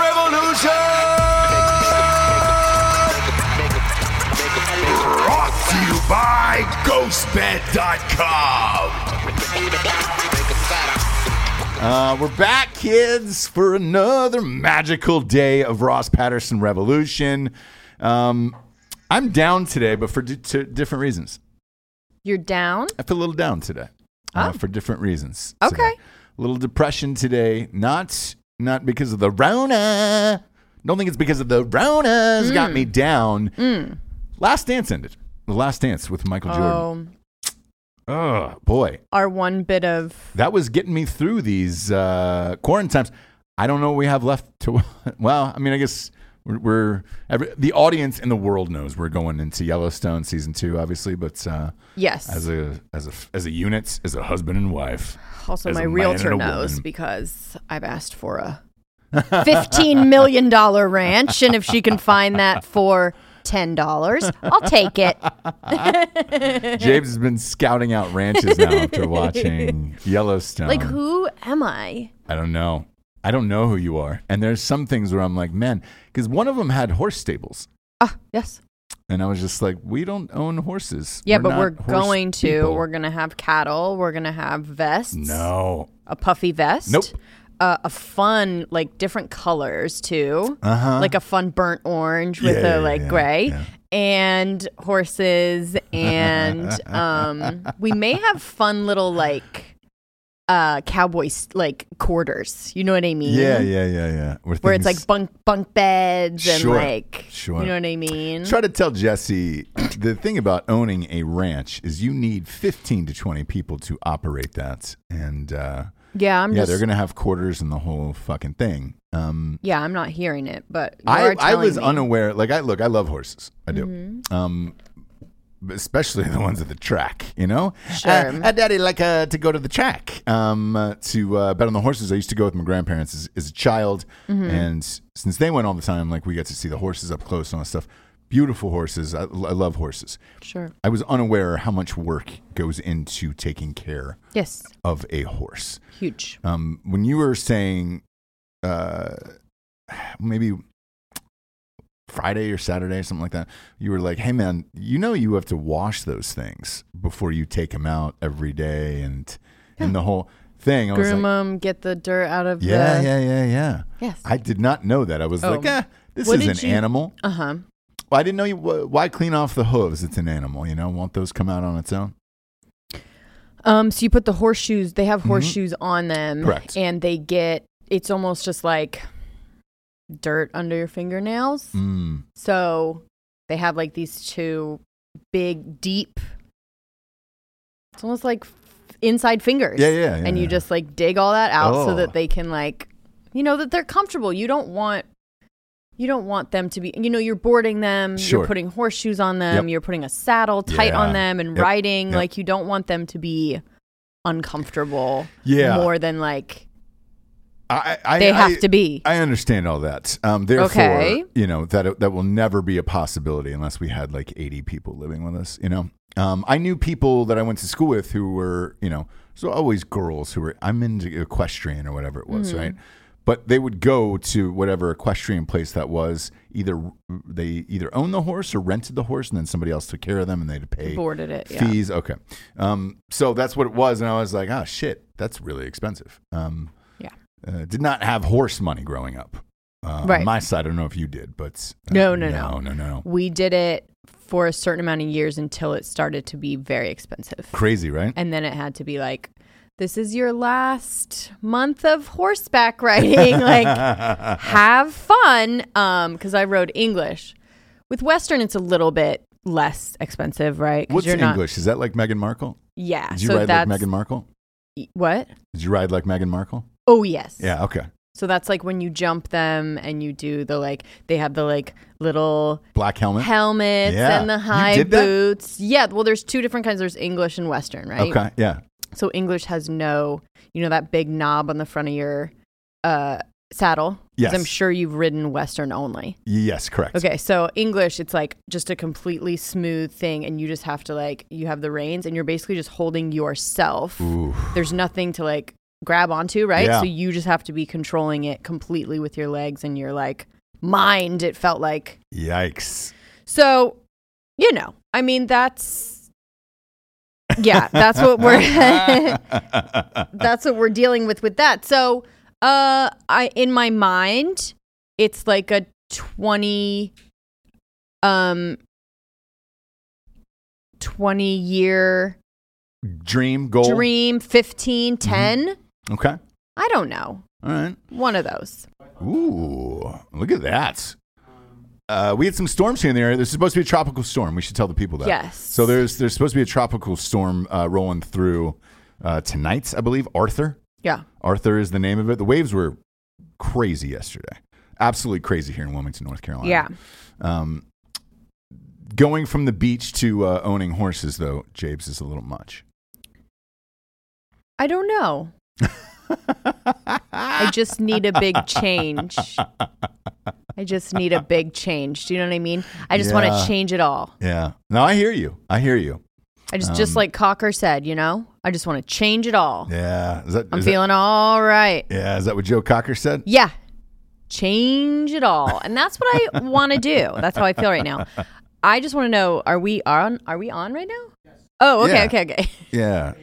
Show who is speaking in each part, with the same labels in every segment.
Speaker 1: Revolution! Brought to you by GhostBed.com. Uh, we're back, kids, for another magical day of Ross Patterson Revolution. Um, I'm down today, but for d- t- different reasons.
Speaker 2: You're down?
Speaker 1: I feel a little down today uh, for different reasons.
Speaker 2: Okay.
Speaker 1: today. A little depression today. Not not because of the Rona. Don't think it's because of the Rona's got me down. Last dance ended. The last dance with Michael Jordan.
Speaker 2: Oh,
Speaker 1: Oh boy,
Speaker 2: our one bit of
Speaker 1: that was getting me through these uh, quarantine times. I don't know what we have left to. Well, I mean, I guess we're, we're every, the audience in the world knows we're going into Yellowstone season two, obviously. But uh,
Speaker 2: yes.
Speaker 1: as a as a as a unit, as a husband and wife,
Speaker 2: also,
Speaker 1: as
Speaker 2: my
Speaker 1: a man
Speaker 2: realtor
Speaker 1: and a
Speaker 2: knows
Speaker 1: woman.
Speaker 2: because I've asked for a fifteen million dollar ranch, and if she can find that for ten dollars, I'll take it.
Speaker 1: James has been scouting out ranches now after watching Yellowstone.
Speaker 2: Like, who am I?
Speaker 1: I don't know. I don't know who you are. And there's some things where I'm like, man, because one of them had horse stables.
Speaker 2: Ah, yes.
Speaker 1: And I was just like, we don't own horses.
Speaker 2: Yeah, but
Speaker 1: not
Speaker 2: we're
Speaker 1: horse
Speaker 2: going to.
Speaker 1: people."
Speaker 2: We're going to have cattle. We're going to have vests.
Speaker 1: No.
Speaker 2: A puffy vest.
Speaker 1: Nope.
Speaker 2: Uh, a fun, like different colors too.
Speaker 1: Uh-huh.
Speaker 2: Like a fun burnt orange with
Speaker 1: Yeah,
Speaker 2: a
Speaker 1: yeah,
Speaker 2: like
Speaker 1: yeah,
Speaker 2: gray.
Speaker 1: yeah.
Speaker 2: And horses, and um, we may have fun little like uh, cowboy s- like quarters. You know what I mean?
Speaker 1: Yeah, yeah, yeah, yeah.
Speaker 2: Where
Speaker 1: things-
Speaker 2: it's like bunk bunk beds and
Speaker 1: Sure,
Speaker 2: like
Speaker 1: sure.
Speaker 2: you know what I mean?
Speaker 1: Try to tell Jesse the thing about owning a ranch is you need 15 to 20 people to operate that. And uh,
Speaker 2: yeah, I'm
Speaker 1: yeah,
Speaker 2: just
Speaker 1: they're going to have quarters and the whole fucking thing. Um,
Speaker 2: Yeah, I'm not hearing it, but you
Speaker 1: I,
Speaker 2: are
Speaker 1: I
Speaker 2: telling
Speaker 1: was
Speaker 2: me. Mm-hmm.
Speaker 1: unaware. Like, I look, I love horses. I do. Um, especially the ones at the track, you know?
Speaker 2: Sure.
Speaker 1: Uh, uh, Daddy like uh, to go to the track um, uh, to uh, bet on the horses. I used to go with my grandparents as, as a child.
Speaker 2: Mm-hmm.
Speaker 1: And since they went all the time, like we got to see the horses up close and all that stuff. Beautiful horses. I, I love horses.
Speaker 2: Sure.
Speaker 1: I was unaware how much work goes into taking care
Speaker 2: Yes.
Speaker 1: of a horse.
Speaker 2: Huge.
Speaker 1: Um, when you were saying uh, maybe Friday or Saturday or something like that, you were like, "Hey, man, you know you have to wash those things before you take them out every day and and the whole thing." I was
Speaker 2: Groom
Speaker 1: like,
Speaker 2: them, get the dirt out of
Speaker 1: "Yeah,
Speaker 2: the.
Speaker 1: yeah, yeah, yeah."
Speaker 2: Yes.
Speaker 1: I did not know that. I was
Speaker 2: Oh.
Speaker 1: like, "Eh, this
Speaker 2: What
Speaker 1: is
Speaker 2: did
Speaker 1: an
Speaker 2: you-
Speaker 1: animal."
Speaker 2: Uh huh.
Speaker 1: Well, I didn't know you. wh- Why clean off the hooves? It's an animal, you know. Won't those come out on its own?
Speaker 2: Um. So you put the horseshoes. They have horseshoes on them.
Speaker 1: Mm-hmm. Correct.
Speaker 2: And they get. It's almost just like dirt under your fingernails.
Speaker 1: Mm.
Speaker 2: So they have like these two big, deep. It's almost like f- inside fingers.
Speaker 1: Yeah, yeah, yeah,
Speaker 2: and you
Speaker 1: yeah.
Speaker 2: just like dig all that out
Speaker 1: Oh.
Speaker 2: so that they can like, you know, that they're comfortable. You don't want. You don't want them to be, you know, you're boarding them,
Speaker 1: Sure.
Speaker 2: you're putting horseshoes on them,
Speaker 1: Yep.
Speaker 2: you're putting a saddle tight
Speaker 1: Yeah.
Speaker 2: on them and
Speaker 1: Yep.
Speaker 2: riding.
Speaker 1: Yep.
Speaker 2: Like, you don't want them to be uncomfortable
Speaker 1: Yeah.
Speaker 2: more than like
Speaker 1: I, I,
Speaker 2: they have
Speaker 1: I-
Speaker 2: to be.
Speaker 1: I understand all that. Um, therefore,
Speaker 2: Okay.
Speaker 1: you know that that will never be a possibility unless we had like eighty people living with us. You know, um, I knew people that I went to school with who were you know so always girls who were I'm into equestrian or whatever it was, right? But they would go to whatever equestrian place that was. Either they either owned the horse or rented the horse, and then somebody else took care of them, and they'd pay
Speaker 2: boarded it. Yeah.
Speaker 1: fees. Okay, um, so that's what it was, and I was like, oh shit, that's really expensive. Um,
Speaker 2: Yeah.
Speaker 1: uh, did not have horse money growing up. Uh, On
Speaker 2: Right.
Speaker 1: my side, I don't know if you did, but uh,
Speaker 2: No, no,
Speaker 1: no, no,
Speaker 2: no.
Speaker 1: no.
Speaker 2: we did it for a certain amount of years until it started to be very expensive.
Speaker 1: Crazy, right?
Speaker 2: And then it had to be like, this is your last month of horseback riding. like, have fun. Um, because I rode English. With Western, it's a little bit less expensive, right? 'Cause
Speaker 1: What's
Speaker 2: you're not-
Speaker 1: English? Is that like Meghan Markle?
Speaker 2: Yeah.
Speaker 1: Did you
Speaker 2: so
Speaker 1: ride like
Speaker 2: that's e,
Speaker 1: Meghan Markle?
Speaker 2: what?
Speaker 1: Did you ride like Meghan Markle?
Speaker 2: Oh yes.
Speaker 1: Yeah. Okay.
Speaker 2: So that's like when you jump them and you do the like they have the like little
Speaker 1: Black helmet.
Speaker 2: helmets
Speaker 1: Yeah.
Speaker 2: and the
Speaker 1: You
Speaker 2: high
Speaker 1: did that?
Speaker 2: boots. Yeah, well there's two different kinds. There's English and Western, right?
Speaker 1: Okay. Yeah.
Speaker 2: So English has no, you know, that big knob on the front of your uh, saddle. 'Cause
Speaker 1: Yes.
Speaker 2: I'm sure you've ridden Western only.
Speaker 1: Yes. Correct.
Speaker 2: Okay, so English, it's like just a completely smooth thing, and you just have to like you have the reins, and you're basically just holding yourself.
Speaker 1: Ooh.
Speaker 2: There's nothing to like grab onto, right?
Speaker 1: Yeah.
Speaker 2: So you just have to be controlling it completely with your legs and your like mind. It felt like
Speaker 1: Yikes.
Speaker 2: so, you know, I mean, that's yeah, that's what we're. that's what we're dealing with with that. So, uh, I in my mind, it's like a twenty, um, twenty year
Speaker 1: Dream goal.
Speaker 2: dream, 15, 10.
Speaker 1: Okay.
Speaker 2: I don't know,
Speaker 1: All right.
Speaker 2: one of those.
Speaker 1: Ooh, look at that. Uh, we had some storms here in the area. There's supposed to be a tropical storm. We should tell the people that.
Speaker 2: Yes.
Speaker 1: So there's there's supposed to be a tropical storm uh, rolling through uh, tonight, I believe. Arthur.
Speaker 2: Yeah,
Speaker 1: Arthur is the name of it. The waves were crazy yesterday. Absolutely crazy here in Wilmington, North Carolina.
Speaker 2: yeah.
Speaker 1: Um, going from the beach to uh, owning horses, though, James is a little much.
Speaker 2: I don't know. I just need a big change. I just need a big change. Do you know what I mean? I just want
Speaker 1: Yeah.
Speaker 2: to change it all.
Speaker 1: Yeah. No, I hear you. I hear you.
Speaker 2: I just, just like Cocker said, you know, I just want to change it all.
Speaker 1: Um, Yeah. Is that,
Speaker 2: I'm
Speaker 1: is that-
Speaker 2: feeling all right.
Speaker 1: yeah. Is that what Joe Cocker said?
Speaker 2: Yeah. Change it all. And that's what I want to do. That's how I feel right now. I just want to know are we on are we on right now? Oh, okay,
Speaker 1: Yeah.
Speaker 2: okay, okay.
Speaker 1: Yeah.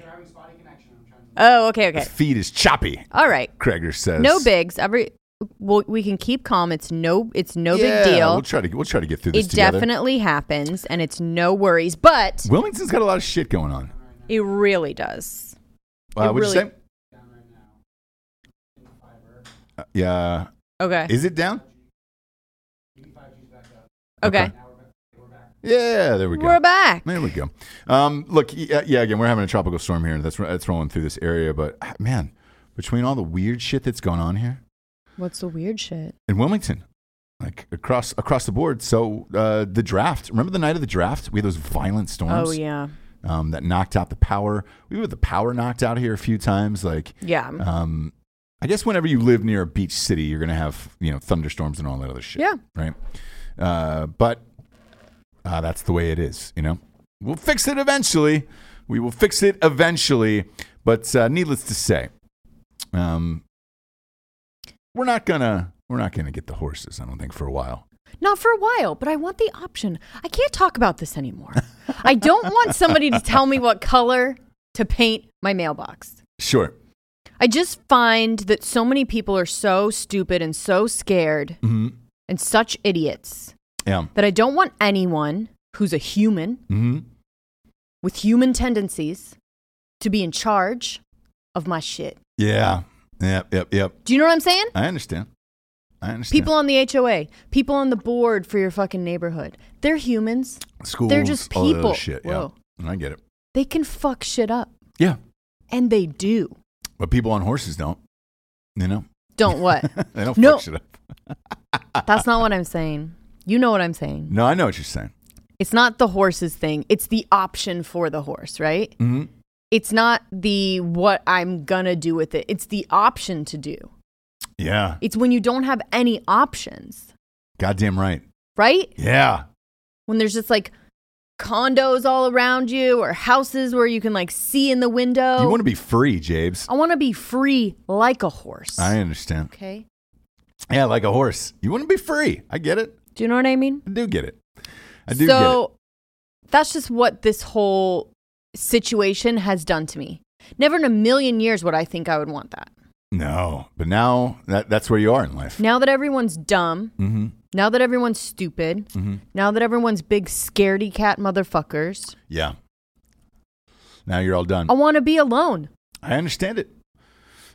Speaker 2: Oh, okay, okay.
Speaker 1: His feet is choppy,
Speaker 2: All right.
Speaker 1: Kreger says.
Speaker 2: No bigs. Every well, we can keep calm. It's no it's no
Speaker 1: Yeah,
Speaker 2: big deal.
Speaker 1: We'll try to we'll try to get through this
Speaker 2: it
Speaker 1: together.
Speaker 2: definitely happens and it's no worries, but
Speaker 1: Wilmington's got a lot of shit going on.
Speaker 2: it really does.
Speaker 1: Uh,
Speaker 2: It
Speaker 1: would you
Speaker 2: really-
Speaker 1: say? Uh, yeah.
Speaker 2: Okay.
Speaker 1: Is it down?
Speaker 2: okay.
Speaker 1: okay. Yeah. There we go.
Speaker 2: We're back.
Speaker 1: There we go. Um, look, y- uh, yeah, again, we're having a tropical storm here. That's that's rolling through this area, but ah, man, between all the weird shit that's going on here
Speaker 2: What's the weird shit?
Speaker 1: in Wilmington, like across across the board. So uh, the draft. Remember the night of the draft? We had those violent storms
Speaker 2: Oh yeah.
Speaker 1: um, that knocked out the power. We had the power knocked out here a few times. Like,
Speaker 2: Yeah.
Speaker 1: um, I guess whenever you live near a beach city, you're gonna have you know thunderstorms and all that other shit.
Speaker 2: Yeah.
Speaker 1: Right. Uh, but uh, that's the way it is. You know, we'll fix it eventually. We will fix it eventually. But uh, needless to say, um, we're not gonna we're not gonna get the horses. I don't think for a while.
Speaker 2: Not for a while, but I want the option. I can't talk about this anymore. I don't want somebody to tell me what color to paint my mailbox.
Speaker 1: Sure.
Speaker 2: I just find that so many people are so stupid and so scared
Speaker 1: hmm
Speaker 2: and such idiots
Speaker 1: Yeah.
Speaker 2: that I don't want anyone who's a human
Speaker 1: hmm
Speaker 2: with human tendencies to be in charge of my shit.
Speaker 1: Yeah. Yep. Yep. Yep.
Speaker 2: Do you know what I'm saying?
Speaker 1: I understand. I understand.
Speaker 2: People on the HOA, people on the board for your fucking neighborhood. They're humans.
Speaker 1: schools,
Speaker 2: They're just
Speaker 1: all that other
Speaker 2: people.
Speaker 1: shit.
Speaker 2: Whoa.
Speaker 1: Yeah, I get it.
Speaker 2: They can fuck shit up.
Speaker 1: Yeah,
Speaker 2: And they do.
Speaker 1: but people on horses don't. You know,
Speaker 2: Don't what?
Speaker 1: they don't
Speaker 2: No.
Speaker 1: fuck shit up.
Speaker 2: That's not what I'm saying. You know what I'm saying.
Speaker 1: No, I know what you're saying.
Speaker 2: It's not the horses thing. It's the option for the horse, right?
Speaker 1: hmm
Speaker 2: It's not the what I'm gonna do with it. It's the option to do.
Speaker 1: Yeah,
Speaker 2: It's when you don't have any options,
Speaker 1: goddamn right.
Speaker 2: right?
Speaker 1: Yeah,
Speaker 2: When there's just like condos all around you or houses where you can like see in the window.
Speaker 1: you want to be free, Jabes.
Speaker 2: I want to be free like a horse.
Speaker 1: I understand.
Speaker 2: okay.
Speaker 1: Yeah, like a horse. You want to be free. I get it.
Speaker 2: Do you know what I mean?
Speaker 1: I do get it. I do
Speaker 2: so that's just what this whole situation has done to me. Never in a million years would I think I would want that.
Speaker 1: get it. No, but now that that's where you are in life.
Speaker 2: Now that everyone's dumb,
Speaker 1: hmm
Speaker 2: now that everyone's stupid,
Speaker 1: Mm-hmm.
Speaker 2: now that everyone's big scaredy cat motherfuckers,
Speaker 1: Yeah. Now you're all done.
Speaker 2: I want to be alone.
Speaker 1: I understand it.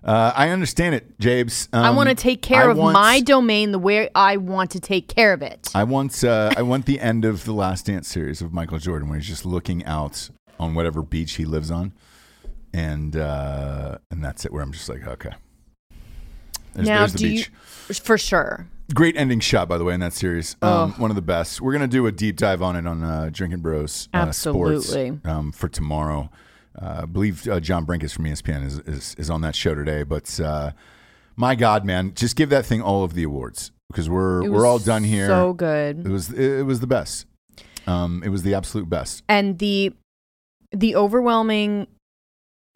Speaker 1: Uh, I understand it, Jabes.
Speaker 2: I
Speaker 1: Um,
Speaker 2: want to take care
Speaker 1: I
Speaker 2: of
Speaker 1: once-
Speaker 2: my domain the way I want to take care of it.
Speaker 1: I want uh, I want the end of the Last Dance series of Michael Jordan, where he's just looking out on whatever beach he lives on, and uh, and that's it. Where I'm just like, okay, there's,
Speaker 2: now,
Speaker 1: there's the
Speaker 2: do
Speaker 1: beach.
Speaker 2: you for sure?
Speaker 1: Great ending shot, by the way, in that series. Um, one of the best. We're gonna do a deep dive on it on uh, Drinking Bros. Uh,
Speaker 2: Absolutely.
Speaker 1: sports, um, for tomorrow. Uh, I believe uh, John Brinkus from ESPN is, is is on that show today. But uh, my God, man, just give that thing all of the awards because we're
Speaker 2: It was
Speaker 1: we're all done here.
Speaker 2: So
Speaker 1: It
Speaker 2: good,
Speaker 1: was it was the best. Um, it was the absolute best.
Speaker 2: and the the overwhelming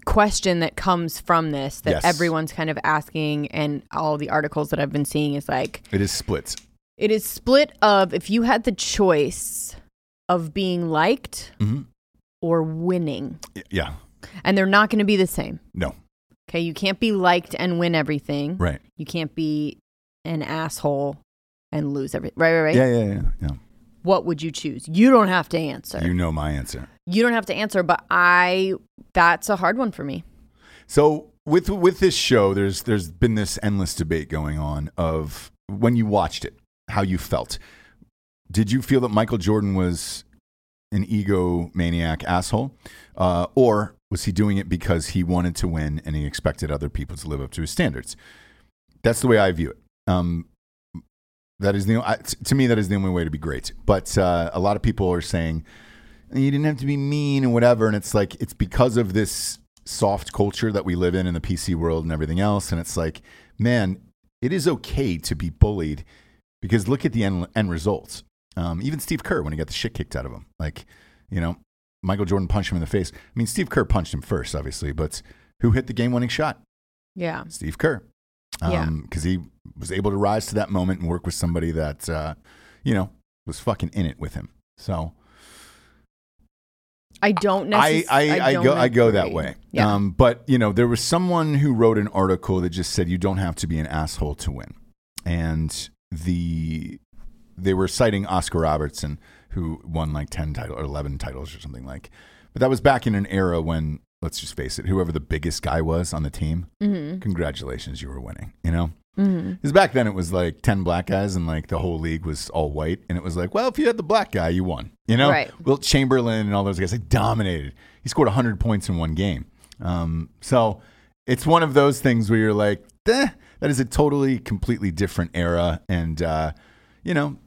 Speaker 2: question that comes from this that
Speaker 1: Yes.
Speaker 2: everyone's kind of asking, and all the articles that I've been seeing is like,
Speaker 1: It is split.
Speaker 2: It is split of if you had the choice of being liked
Speaker 1: Mhm.
Speaker 2: or winning,
Speaker 1: Y- Yeah.
Speaker 2: and they're not going to be the same.
Speaker 1: No.
Speaker 2: Okay, you can't be liked and win everything.
Speaker 1: Right.
Speaker 2: You can't be an asshole and lose everything. Right, right, right.
Speaker 1: Yeah, yeah, yeah, yeah.
Speaker 2: What would you choose? You don't have to answer.
Speaker 1: You
Speaker 2: You,
Speaker 1: know my answer.
Speaker 2: don't have to answer, but I that's a hard one for me.
Speaker 1: So with with this show, there's there's been this endless debate going on of when you watched it, how you felt. Did you feel that Michael Jordan was an egomaniac asshole, uh, or was he doing it because he wanted to win and he expected other people to live up to his standards? That's the way I view it. Um, that is the I, t- to me that is the only way to be great. But uh, a lot of people are saying you didn't have to be mean and whatever. And it's like it's because of this soft culture that we live in in the PC world and everything else. And it's like, man, it is okay to be bullied because look at the end, end results. Um, even Steve Kerr when he got the shit kicked out of him, like you know, Michael Jordan punched him in the face. I mean, Steve Kerr punched him first, obviously, but who hit the game winning shot?
Speaker 2: Yeah.
Speaker 1: Steve Kerr.
Speaker 2: Yeah.
Speaker 1: Because he was able to rise to that moment and work with somebody that, uh, you know, was fucking in it with him. So
Speaker 2: I don't
Speaker 1: I,
Speaker 2: necessarily.
Speaker 1: I, I, go, I go that way.
Speaker 2: Yeah.
Speaker 1: Um, but, you know, there was someone who wrote an article that just said you don't have to be an asshole to win. And the they were citing Oscar Robertson, who won like 10 titles or 11 titles or something like. But that was back in an era when, let's just face it, whoever the biggest guy was on the team, congratulations, you were winning, you know? Because back then it was like 10 black guys and like the whole league was all white. And it was like, well, if you had the black guy, you won. You know,
Speaker 2: Right.
Speaker 1: Wilt Chamberlain and all those guys, they dominated. He scored 100 points in one game. Um, so it's one of those things where you're like, eh, that is a totally, completely different era. And, uh, you know,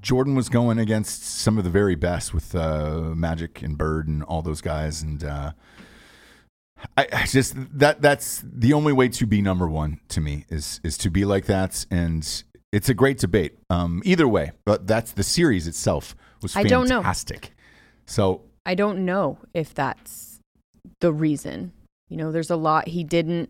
Speaker 1: Jordan was going against some of the very best with uh, Magic and Bird and all those guys. And, uh, I, I just that that's the only way to be number one to me is is to be like that, and it's a great debate. Um, either way, but that's the series itself was
Speaker 2: I don't know.
Speaker 1: fantastic. So
Speaker 2: I don't know if that's the reason. You know, there's a lot he didn't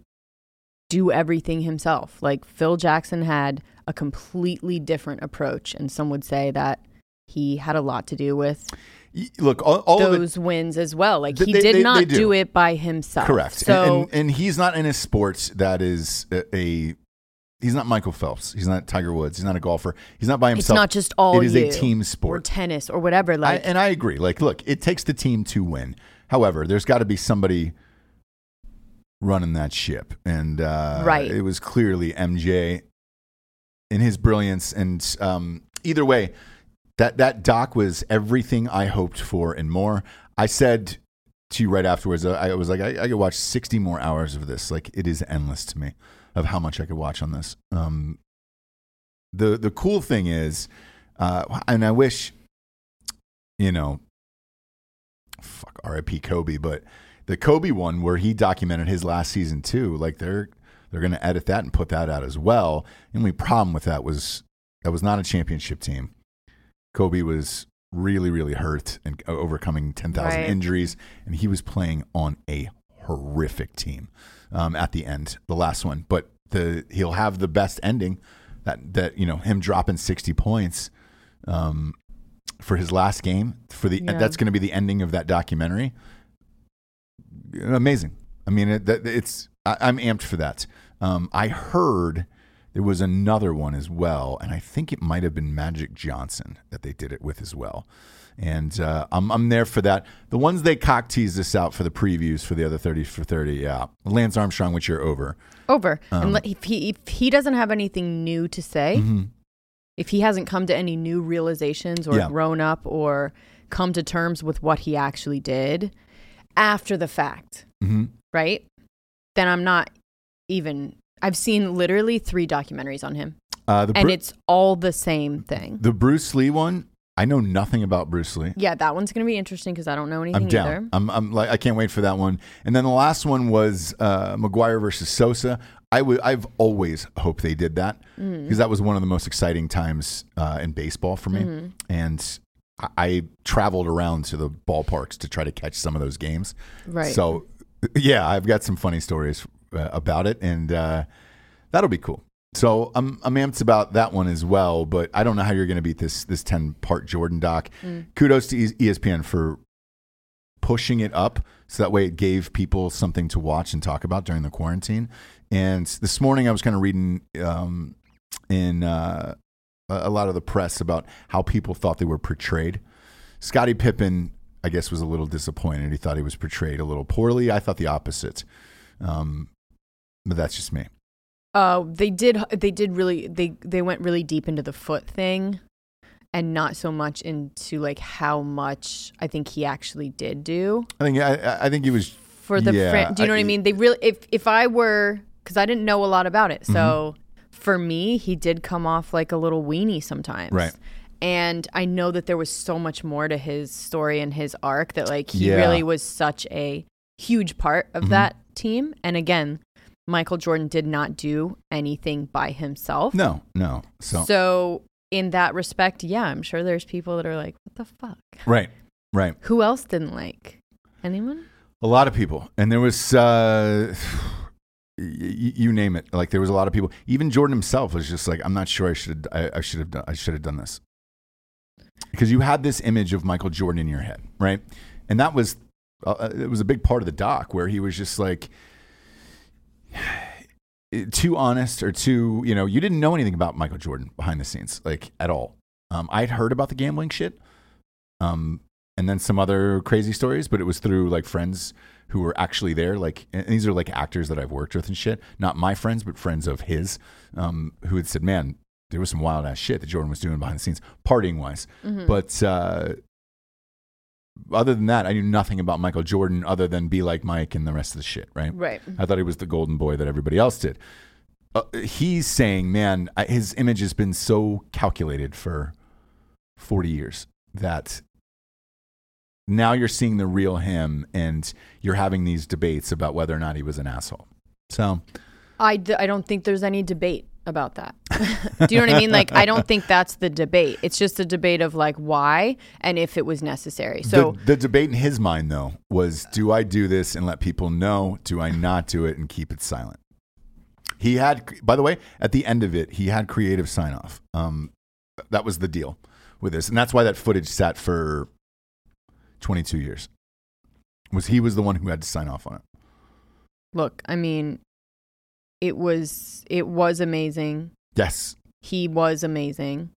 Speaker 2: do everything himself. Like Phil Jackson had a completely different approach, and some would say that he had a lot to do with
Speaker 1: y- look, all, all of it,
Speaker 2: those wins as well. Like
Speaker 1: Th-
Speaker 2: he
Speaker 1: they-
Speaker 2: did
Speaker 1: they-
Speaker 2: not
Speaker 1: they do.
Speaker 2: do. it by himself.
Speaker 1: correct. And-
Speaker 2: So
Speaker 1: and, and he's not in a sport that is a, a he's not Michael Phelps, he's not Tiger Woods, he's not a golfer, he's not by
Speaker 2: it's
Speaker 1: himself.
Speaker 2: not just all
Speaker 1: It is
Speaker 2: you
Speaker 1: a team
Speaker 2: or
Speaker 1: sport.
Speaker 2: tennis or whatever. Like
Speaker 1: I, and I agree. Like, look, it takes the team to win. However, there's got to be somebody running that ship, and uh,
Speaker 2: Right.
Speaker 1: it was clearly MJ in his brilliance. And um, either way, that that doc was everything I hoped for and more. I said to you right afterwards, uh, I was like, I, I could watch 60 more hours of this. Like, it is endless to me of how much I could watch on this. Um, the the cool thing is, uh, and I wish, you know, fuck R.I.P. Kobe, but the Kobe one where he documented his last season too. Like they're they're going to edit that and put that out as well. The only problem with that was that was not a championship team. Kobe was really really hurt and uh, overcoming ten thousand
Speaker 2: Right.
Speaker 1: injuries, and he was playing on a horrific team um, at the end, the last one. But the he'll have the best ending that that you know him dropping sixty points um, for his last game for the
Speaker 2: Yeah.
Speaker 1: that's going to be the ending of that documentary. Amazing. I mean, it, that, it's I, I'm amped for that. Um, I heard there was another one as well, and I think it might have been Magic Johnson that they did it with as well. And uh, I'm I'm there for that. The ones they cock teased us out for the previews for the other thirty for thirty. Yeah, Lance Armstrong, which you're over.
Speaker 2: over.
Speaker 1: um,
Speaker 2: and let, if he if he doesn't have anything new to say,
Speaker 1: Mm-hmm.
Speaker 2: if he hasn't come to any new realizations or
Speaker 1: Yeah.
Speaker 2: grown up or come to terms with what he actually did after the fact,
Speaker 1: hmm
Speaker 2: right? Then I'm not even. I've seen literally three documentaries on him,
Speaker 1: Uh, the
Speaker 2: and
Speaker 1: Bru-
Speaker 2: it's all the same thing.
Speaker 1: the Bruce Lee one. I know nothing about Bruce Lee.
Speaker 2: Yeah, that one's gonna be interesting because I don't know anything
Speaker 1: I'm down.
Speaker 2: either.
Speaker 1: I'm, I'm like I can't wait for that one. And then the last one was uh, McGuire versus Sosa. I would I've always hoped they did that because that was one of the most exciting times uh, in baseball for me. And I, I traveled around to the ballparks to try to catch some of those games.
Speaker 2: Right.
Speaker 1: So yeah, I've got some funny stories uh, about it, and uh, that'll be cool. So I'm I'm amped about that one as well, but I don't know how you're going to beat this this ten part Jordan doc. Kudos to E- ESPN for pushing it up so that way it gave people something to watch and talk about during the quarantine. And this morning I was kind of reading um, in uh, a a lot of the press about how people thought they were portrayed. Scottie Pippen, I guess, was a little disappointed. He thought he was portrayed a little poorly. I thought the opposite. Um, but that's just me.
Speaker 2: Uh, they did. They did really. They they went really deep into the foot thing, and not so much into like how much I think he actually did do
Speaker 1: I think I, I think he was
Speaker 2: for the.
Speaker 1: Yeah,
Speaker 2: Fran- do you know
Speaker 1: I-
Speaker 2: what I mean? They really. If if I were, because I didn't know a lot about it, so
Speaker 1: Mm-hmm.
Speaker 2: for me, he did come off like a little weenie sometimes.
Speaker 1: Right.
Speaker 2: And I know that there was so much more to his story and his arc that like he
Speaker 1: Yeah. Mm-hmm.
Speaker 2: really was such a huge part of that team. And again, Michael Jordan did not do anything by himself.
Speaker 1: no, no. So,
Speaker 2: So in that respect, yeah, I'm sure there's people that are like, "What the fuck?"
Speaker 1: right, Right.
Speaker 2: Who else didn't like? Anyone?
Speaker 1: A lot of people. And there was, uh, y- y- you name it. Like there was a lot of people. Even Jordan himself was just like, I'm not sure I should, I, I should have done, I should have done this. Because you had this image of Michael Jordan in your head, right? And that was, uh, it was a big part of the doc where he was just like, eh, too honest or too, you know, you didn't know anything about Michael Jordan behind the scenes, like at all. Um, I'd heard about the gambling shit, um, and then some other crazy stories, but it was through like friends who were actually there. Like, and these are like actors that I've worked with and shit, not my friends, but friends of his, um, who had said, "Man, there was some wild ass shit that Jordan was doing behind the scenes, partying wise."
Speaker 2: Hmm. Mm-hmm.
Speaker 1: But uh, other than that, I knew nothing about Michael Jordan other than be like Mike and the rest of the shit, right?
Speaker 2: Right.
Speaker 1: I thought he was the golden boy that everybody else did. Uh, he's saying, man, I- his image has been so calculated for 40 years that now you're seeing the real him and you're having these debates about whether or not he was an asshole. So,
Speaker 2: I, d- I don't think there's any debate about that. Do you know what I mean? Like, I don't think that's the debate. It's just a debate of like why and if it was necessary. So,
Speaker 1: the, the debate in his mind, though, was do I do this and let people know? Do I not do it and keep it silent? He had, by the way, at the end of it, he had creative sign off. Um, that was the deal with this, and that's why that footage sat for 22 years. Was he was the one who had to sign off on it?
Speaker 2: look, I mean, it was it was amazing.
Speaker 1: Yes,
Speaker 2: He was amazing.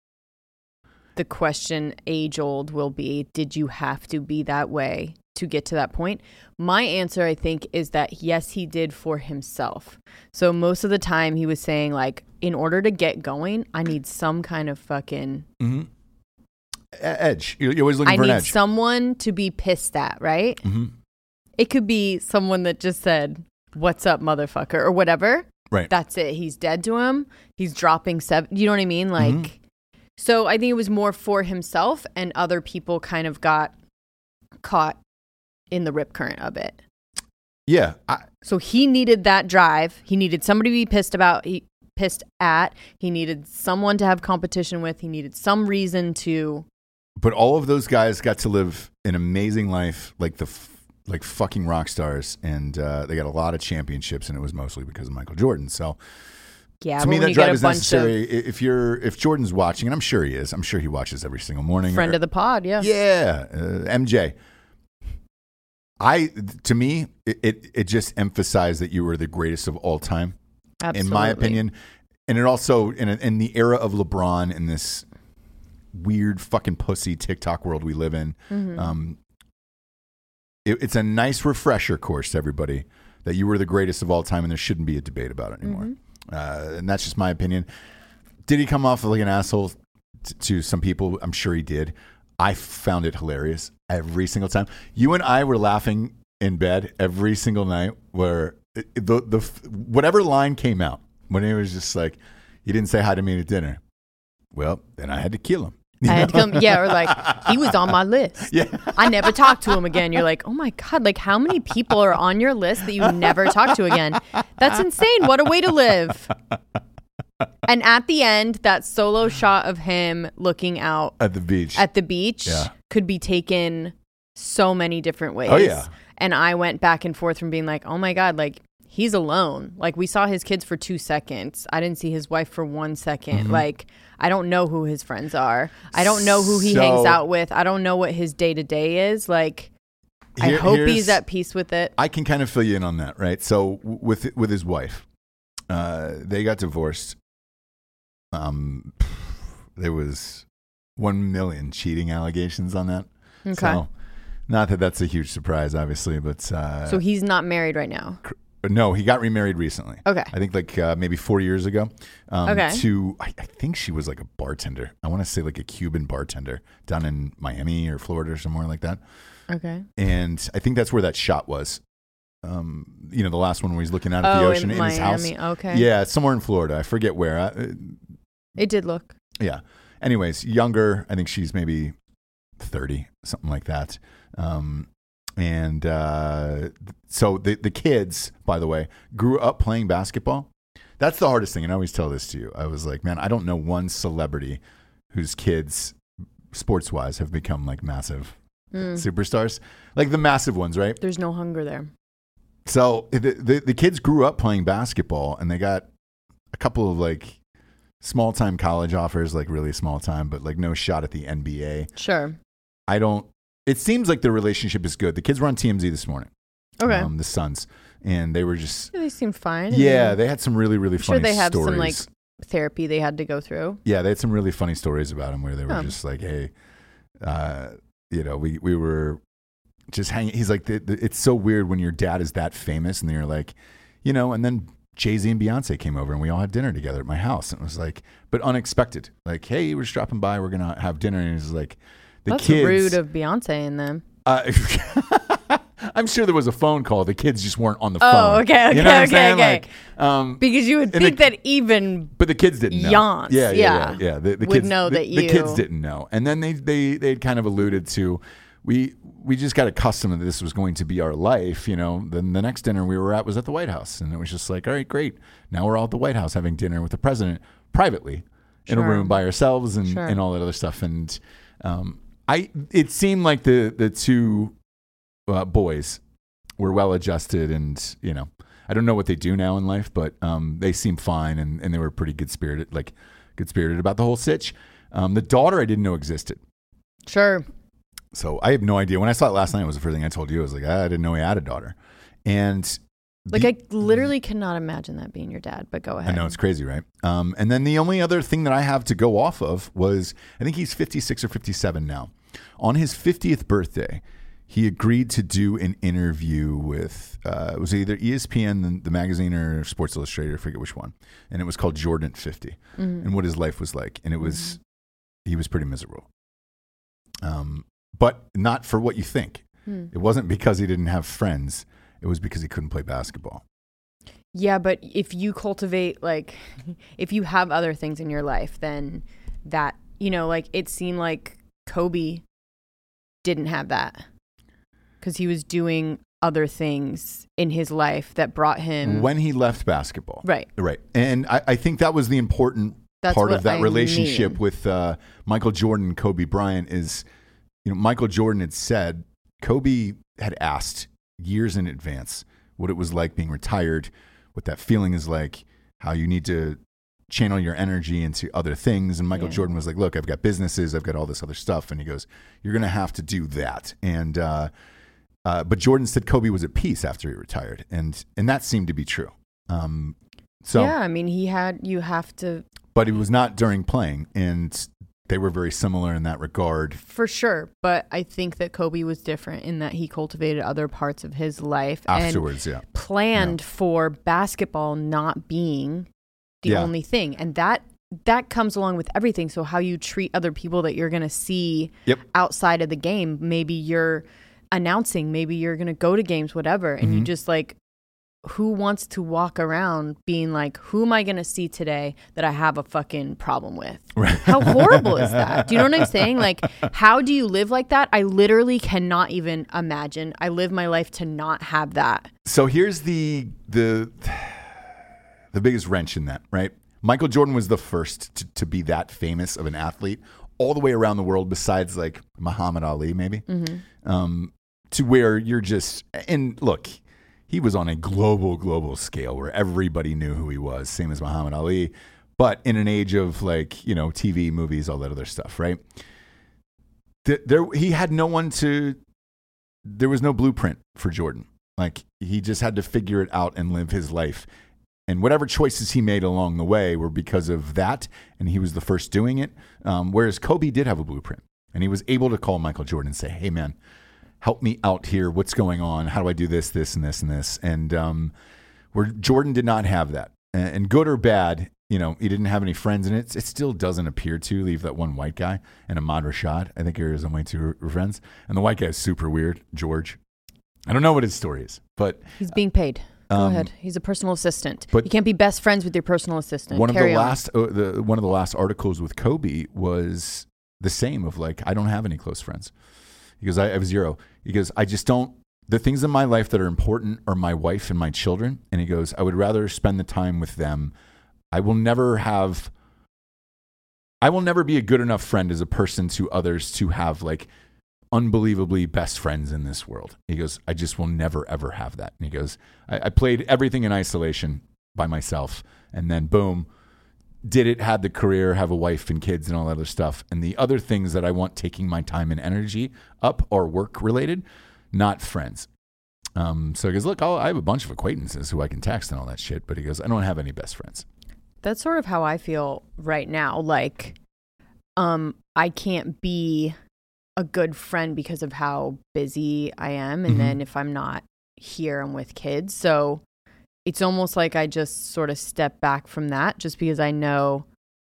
Speaker 2: The question, age old, will be Did you have to be that way to get to that point? My answer, I think, is that yes, he did for himself. So most of the time, he was saying, like, in order to get going, I need some kind of fucking,
Speaker 1: E- edge. You're, you're always looking
Speaker 2: I
Speaker 1: for an
Speaker 2: need
Speaker 1: edge.
Speaker 2: someone to be pissed at, right?
Speaker 1: Mhm.
Speaker 2: It could be someone that just said, What's up, motherfucker, or whatever.
Speaker 1: right.
Speaker 2: that's it. He's dead to him. He's dropping seven. You know what I mean? Like,
Speaker 1: Mm-hmm.
Speaker 2: so I think it was more for himself, and other people kind of got caught in the rip current of it.
Speaker 1: yeah. I,
Speaker 2: So he needed that drive. He needed somebody to be pissed about. He pissed at. He needed someone to have competition with. He needed some reason to.
Speaker 1: but all of those guys got to live an amazing life, like the f- like fucking rock stars, and uh, they got a lot of championships, and it was mostly because of Michael Jordan. So
Speaker 2: Yeah,
Speaker 1: to me,
Speaker 2: but when
Speaker 1: that
Speaker 2: you get
Speaker 1: drive
Speaker 2: a
Speaker 1: is
Speaker 2: bunch of
Speaker 1: necessary. I- If you're if Jordan's watching, and I'm sure he is, I'm sure he watches every single morning.
Speaker 2: friend
Speaker 1: or-
Speaker 2: of the pod, yeah,
Speaker 1: yeah, uh, MJ. I to me, it, it it just emphasized that you were the greatest of all time
Speaker 2: absolutely.
Speaker 1: in my opinion. And it also in in the era of LeBron and this weird fucking pussy TikTok world we live in, um, it, it's a nice refresher course to everybody that you were the greatest of all time, and there shouldn't be a debate about it anymore. Uh, and that's just my opinion. Did he come off like an asshole t- to some people? I'm sure he did. I found it hilarious every single time. You and I were laughing in bed every single night where it- the the whatever line came out when it was just like, "You didn't say hi to me at dinner." Well, then I had to kill him.
Speaker 2: I had to come, yeah, or like he was on my list.
Speaker 1: Yeah.
Speaker 2: I never talked to him again. You're like, oh my god, like how many people are on your list that you never talk to again? That's insane. What a way to live. And at the end, that solo shot of him looking out
Speaker 1: At the beach.
Speaker 2: at the beach
Speaker 1: Yeah.
Speaker 2: could be taken so many different ways.
Speaker 1: Oh, yeah.
Speaker 2: And I went back and forth from being like, oh my God, like he's alone. Like we saw his kids for two seconds. I didn't see his wife for one second.
Speaker 1: Mm-hmm.
Speaker 2: Like I don't know who his friends are. I don't know who he hangs
Speaker 1: So-
Speaker 2: out with. I don't know what his day to day is. Like I
Speaker 1: Here-
Speaker 2: hope
Speaker 1: here's-
Speaker 2: he's at peace with it.
Speaker 1: I can kind of fill you in on that, right? So w- with with his wife, uh, they got divorced. Um, there was one million cheating allegations on that.
Speaker 2: Okay. So,
Speaker 1: So, not that that's a huge surprise, obviously, but uh,
Speaker 2: he's not married right now.
Speaker 1: no, he got remarried recently.
Speaker 2: Okay.
Speaker 1: I think like uh, maybe four years ago. Um,
Speaker 2: Okay.
Speaker 1: To I, I think she was like a bartender. I want to say like a Cuban bartender down in Miami or Florida or somewhere like that.
Speaker 2: Okay.
Speaker 1: and I think that's where that shot was. Um, you know, the last one where he's looking out at the
Speaker 2: Oh,
Speaker 1: ocean
Speaker 2: in
Speaker 1: in, his house.
Speaker 2: Miami. Okay.
Speaker 1: Yeah, somewhere in Florida. I forget where. I, uh,
Speaker 2: It did look.
Speaker 1: yeah. Anyways, younger. I think she's maybe thirty, something like that. Um, and uh, so the the kids, by the way, grew up playing basketball. That's the hardest thing, and I always tell this to you. I was like, man, I don't know one celebrity whose kids, sports wise, have become like massive superstars, like the massive ones, right?
Speaker 2: Mm. There's no hunger there.
Speaker 1: So the, the the kids grew up playing basketball, and they got a couple of like small time college offers, like really small time, but like no shot at the NBA.
Speaker 2: Sure.
Speaker 1: I don't. It seems like the relationship is good. The kids were on TMZ this morning.
Speaker 2: Okay.
Speaker 1: um, the Suns, and they were just
Speaker 2: Yeah, they seem fine.
Speaker 1: yeah, they had some really really
Speaker 2: I'm sure
Speaker 1: funny
Speaker 2: they had
Speaker 1: stories.
Speaker 2: some like therapy they had to go through.
Speaker 1: yeah, they had some really funny stories about him where they were
Speaker 2: Huh.
Speaker 1: just like, hey, uh, you know, we we were just hanging. He's like, "The- the- it's so weird when your dad is that famous, and then you're like, you know, and then Jay Z and Beyonce came over, and we all had dinner together at my house, and it was like, but unexpected, like, hey, we're just dropping by, we're gonna have dinner, and he's like, the
Speaker 2: That's
Speaker 1: kids.
Speaker 2: rude of Beyonce in them.
Speaker 1: Uh, I'm sure there was a phone call. The kids just weren't on the
Speaker 2: Oh,
Speaker 1: phone.
Speaker 2: okay,
Speaker 1: you
Speaker 2: okay,
Speaker 1: know what I'm
Speaker 2: okay,
Speaker 1: saying?
Speaker 2: okay.
Speaker 1: Like, um,
Speaker 2: Because you would
Speaker 1: And
Speaker 2: think
Speaker 1: the-
Speaker 2: that even
Speaker 1: but the kids didn't know.
Speaker 2: Yawns,
Speaker 1: Yeah, yeah, yeah.
Speaker 2: yeah.
Speaker 1: yeah. The, the
Speaker 2: Would
Speaker 1: kids
Speaker 2: know
Speaker 1: the,
Speaker 2: that
Speaker 1: the kids
Speaker 2: you-
Speaker 1: didn't know, and then they they they kind of alluded to we we just got accustomed that this was going to be our life. You know, then the next dinner we were at was at the White House, and it was just like, all right, great. Now we're all at the White House having dinner with the president privately in a
Speaker 2: Sure.
Speaker 1: room by ourselves and
Speaker 2: Sure.
Speaker 1: and all that other stuff. And um, I it seemed like the the two uh, boys were well adjusted and you know i don't know what they do now in life but um, they seem fine and, and they were pretty good spirited like good spirited about the whole sitch um, the daughter i didn't know existed
Speaker 2: sure.
Speaker 1: so i have no idea when i saw it last night it was the first thing i told you i was like "Ah, i didn't know he had a daughter and
Speaker 2: Like
Speaker 1: the-
Speaker 2: I literally cannot imagine that being your dad, but go
Speaker 1: I
Speaker 2: ahead.
Speaker 1: know it's crazy, right? Um, and then the only other thing that I have to go off of was I think he's 56 or 57 now. On his 50th birthday, he agreed to do an interview with uh, it was either ESPN, the, the magazine, or Sports Illustrated. I forget which one. And it was called Jordan at 50
Speaker 2: Mm-hmm.
Speaker 1: and what his life was like. And it was he was pretty miserable. Um, but not for what you think.
Speaker 2: Hmm.
Speaker 1: It wasn't because he didn't have friends. It was because he couldn't play basketball.
Speaker 2: Yeah, but if you cultivate like if you have other things in your life, then that you know, like it seemed like Kobe didn't have that because he was doing other things in his life that brought him
Speaker 1: When he left basketball,
Speaker 2: right.
Speaker 1: Right. And I, I think that was the important
Speaker 2: That's
Speaker 1: part
Speaker 2: what
Speaker 1: of that
Speaker 2: I
Speaker 1: relationship
Speaker 2: mean.
Speaker 1: with uh, Michael Jordan and Kobe Bryant is, you know, Michael Jordan had said, Kobe had asked years in advance what it was like being retired, what that feeling is like, how you need to channel your energy into other things. And Michael
Speaker 2: Yeah.
Speaker 1: Jordan was like, look, I've got businesses, I've got all this other stuff. And he goes, you're going to have to do that. And, uh, uh, but Jordan said Kobe was at peace after he retired, and and that seemed to be true. Um, so
Speaker 2: yeah, I mean, he had you have to
Speaker 1: but it was not during playing, and they were very similar in that regard.
Speaker 2: for sure, but I think that Kobe was different in that he cultivated other parts of his life and
Speaker 1: Afterwards, yeah,
Speaker 2: planned for basketball not being the
Speaker 1: Yeah.
Speaker 2: only thing and that that comes along with everything so how you treat other people that you're going to see
Speaker 1: Yep.
Speaker 2: outside of the game maybe you're announcing maybe you're going to go to games whatever and
Speaker 1: Mm-hmm.
Speaker 2: you just like who wants to walk around being like who am i going to see today that i have a fucking problem with how horrible is that do you know what i'm saying like how do you live like that i literally cannot even imagine i live my life to not have that
Speaker 1: So here's the the the biggest wrench in that, right? Michael Jordan was the first to, to be that famous of an athlete all the way around the world, besides like Muhammad Ali, maybe. Um, to where you're just and look, he was on a global, global scale where everybody knew who he was, same as Muhammad Ali, but in an age of like you know TV, movies, all that other stuff, right? Th- There, he had no one to. There was no blueprint for Jordan. Like he just had to figure it out and live his life. And whatever choices he made along the way were because of that, and he was the first doing it. Um, whereas Kobe did have a blueprint, and he was able to call Michael Jordan and say, "Hey, man, help me out here. What's going on? How do I do this, this, and this, and this?" And um, where Jordan did not have that, A- and good or bad, you know, he didn't have any friends, and it it still doesn't appear to leave that one white guy and Ahmad Rashad. I think he only two were friends, and the white guy is super weird, George. I don't know what his story is, but
Speaker 2: He's being paid. Go
Speaker 1: Um,
Speaker 2: ahead. He's a personal assistant.
Speaker 1: but-
Speaker 2: you can't be best friends with your personal assistant.
Speaker 1: one of
Speaker 2: Carry
Speaker 1: the
Speaker 2: on.
Speaker 1: last uh, the one of the last articles with Kobe was the same of like I don't have any close friends. He goes I have zero. He goes I just don't. The things in my life that are important are my wife and my children. And he goes I would rather spend the time with them. I will never have. I will never be a good enough friend as a person to others to have like unbelievably best friends in this world. He goes, I just will never, ever have that. And he goes, I, I played everything in isolation by myself. And then, boom, did it, had the career, have a wife and kids and all that other stuff. And the other things that I want taking my time and energy up are work related, not friends. Um, so he goes, Look, I'll, I have a bunch of acquaintances who I can text and all that shit. But he goes, I don't have any best friends.
Speaker 2: That's sort of how I feel right now. Like, um, I can't be a good friend because of how busy I am. And
Speaker 1: Mhm.
Speaker 2: then if I'm not here, I'm with kids. So it's almost like I just sort of step back from that just because I know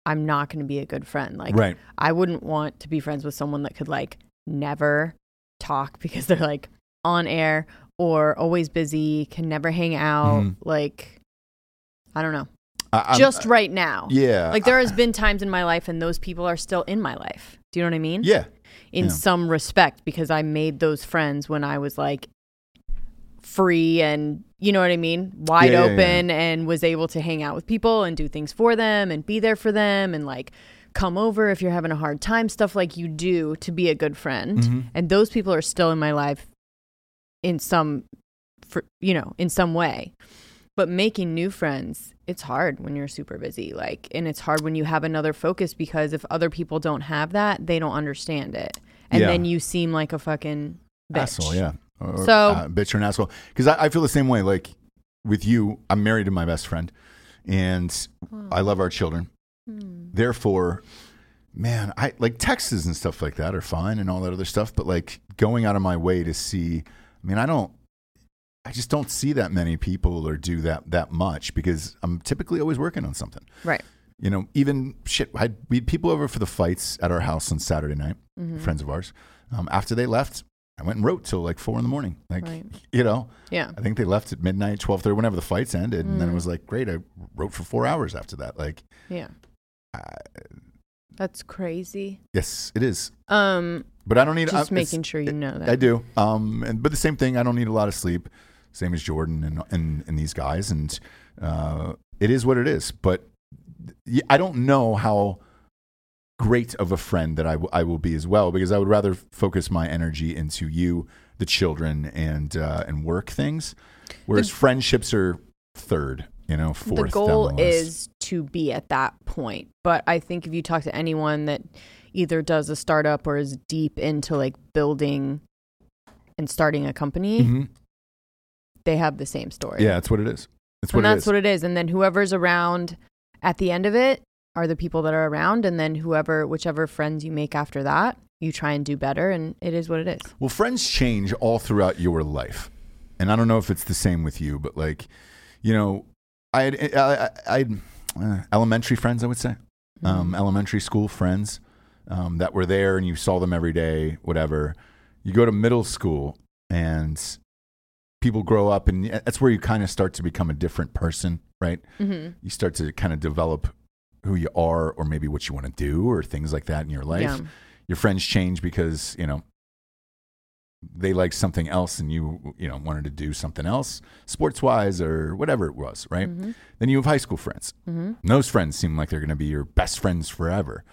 Speaker 2: I'm not going to be a good friend. Like,
Speaker 1: right.
Speaker 2: I wouldn't want to be friends with someone that could like never talk because they're like on air or always busy, can never hang out.
Speaker 1: Mhm.
Speaker 2: Like, I don't know.
Speaker 1: I- I'm- uh,
Speaker 2: just right now.
Speaker 1: yeah.
Speaker 2: Like, there has been times in my life, and those people are still in my life. Do you know what I mean?
Speaker 1: yeah.
Speaker 2: In
Speaker 1: yeah.
Speaker 2: some respect, because I made those friends when I was like free and, you know what I mean?
Speaker 1: Yeah,
Speaker 2: Wide
Speaker 1: yeah, yeah.
Speaker 2: open and was able to hang out with people and do things for them and be there for them and like come over if you're having a hard time, stuff like you do to be a good friend.
Speaker 1: Mhm.
Speaker 2: And those people are still in my life in some, for, you know, in some way. But making new friends, it's hard when you're super busy. Like, and it's hard when you have another focus because if other people don't have that, they don't understand it. And
Speaker 1: Yeah.
Speaker 2: then you seem like a fucking bitch.
Speaker 1: Asshole, yeah. Or,
Speaker 2: So-
Speaker 1: uh, bitch or an asshole. Because I, I feel the same way. Like with you, I'm married to my best friend, and I love our children.
Speaker 2: Hmm.
Speaker 1: Therefore, man, I like texts and stuff like that are fine and all that other stuff. But like going out of my way to see, I mean, I don't. I just don't see that many people or do that that much because I'm typically always working on something.
Speaker 2: Right.
Speaker 1: You know, even shit, I had we had people over for the fights at our house on Saturday night,
Speaker 2: Mm-hmm.
Speaker 1: friends of ours. Um, after they left, I went and wrote till like four in the morning. Like,
Speaker 2: Right.
Speaker 1: you know,
Speaker 2: Yeah.
Speaker 1: I think they left at midnight, twelve thirty, whenever the fights ended, and then
Speaker 2: Mm.
Speaker 1: it was like, great, I wrote for four hours after that. Like,
Speaker 2: Yeah. That's crazy.
Speaker 1: yes, it is,
Speaker 2: Um,
Speaker 1: but I don't need.
Speaker 2: just
Speaker 1: I, it's-
Speaker 2: making sure you know that.
Speaker 1: I do. Um, and, but the same thing. I don't need a lot of sleep, same as Jordan and and, and these guys. And uh, it is what it is. But y- I don't know how great of a friend that I, w- I will be as well, because I would rather focus my energy into you, the children, and uh, and work things. Whereas friendships are third, you know, fourth.
Speaker 2: the
Speaker 1: down
Speaker 2: goal
Speaker 1: list.
Speaker 2: is to be at that point but i think if you talk to anyone that either does a startup or is deep into like building and starting a company
Speaker 1: Mhm.
Speaker 2: they have the same story
Speaker 1: yeah, that's what it is. That's what
Speaker 2: and
Speaker 1: it
Speaker 2: that's
Speaker 1: is.
Speaker 2: what it is and then whoever's around at the end of it are the people that are around and then whoever whichever friends you make after that you try and do better and it is what it is
Speaker 1: Well, friends change all throughout your life, and I don't know if it's the same with you, but like, you know, I had I, I, I had, uh, elementary friends, I would say,
Speaker 2: Mm-hmm.
Speaker 1: um, elementary school friends um, that were there, and you saw them every day, whatever. You go to middle school, and people grow up, and that's where you kind of start to become a different person, right?
Speaker 2: Mhm.
Speaker 1: You start to kind of develop who you are, or maybe what you want to do, or things like that in your life
Speaker 2: yeah
Speaker 1: your friends change because you know they like something else and you you know wanted to do something else sports wise or whatever it was right then you have high school friends
Speaker 2: Mhm.
Speaker 1: and those friends seem like they're going to be your best friends forever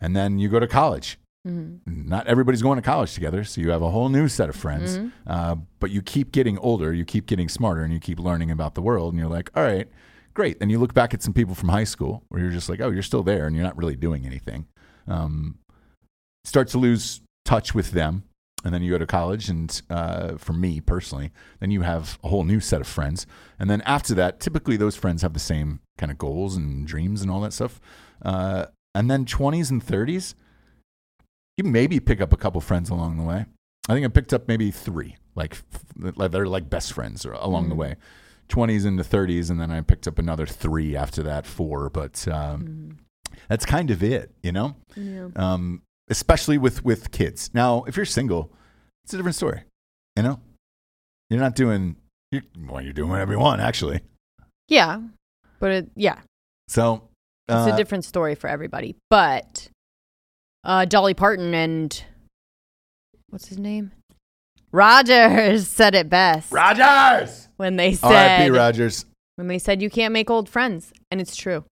Speaker 1: and then you go to college
Speaker 2: Mhm.
Speaker 1: not everybody's going to college together so you have a whole new set of friends
Speaker 2: Mm-hmm.
Speaker 1: uh, but you keep getting older you keep getting smarter and you keep learning about the world and you're like all right great then you look back at some people from high school where you're just like oh you're still there and you're not really doing anything um, start to lose touch with them and then you go to college and uh, for me personally then you have a whole new set of friends and then after that typically those friends have the same kind of goals and dreams and all that stuff uh, and then 20s and 30s you maybe pick up a couple friends along the way i think i picked up maybe three like f- like they're like best friends or- along the way 20s into 30s and then i picked up another three after that four but
Speaker 2: Mm-hmm.
Speaker 1: um, that's kind of it you know
Speaker 2: yeah
Speaker 1: um, especially with with kids. Now, if you're single, it's a different story. You know, you're not doing you're, well. You're doing whatever you want, actually.
Speaker 2: yeah but it, yeah
Speaker 1: So
Speaker 2: it's
Speaker 1: uh,
Speaker 2: a different story for everybody. But uh, Dolly Parton and what's his name? Rogers said it best
Speaker 1: Rogers.
Speaker 2: when they said
Speaker 1: R.I.P. Rogers.
Speaker 2: when they said you can't make old friends, and it's true.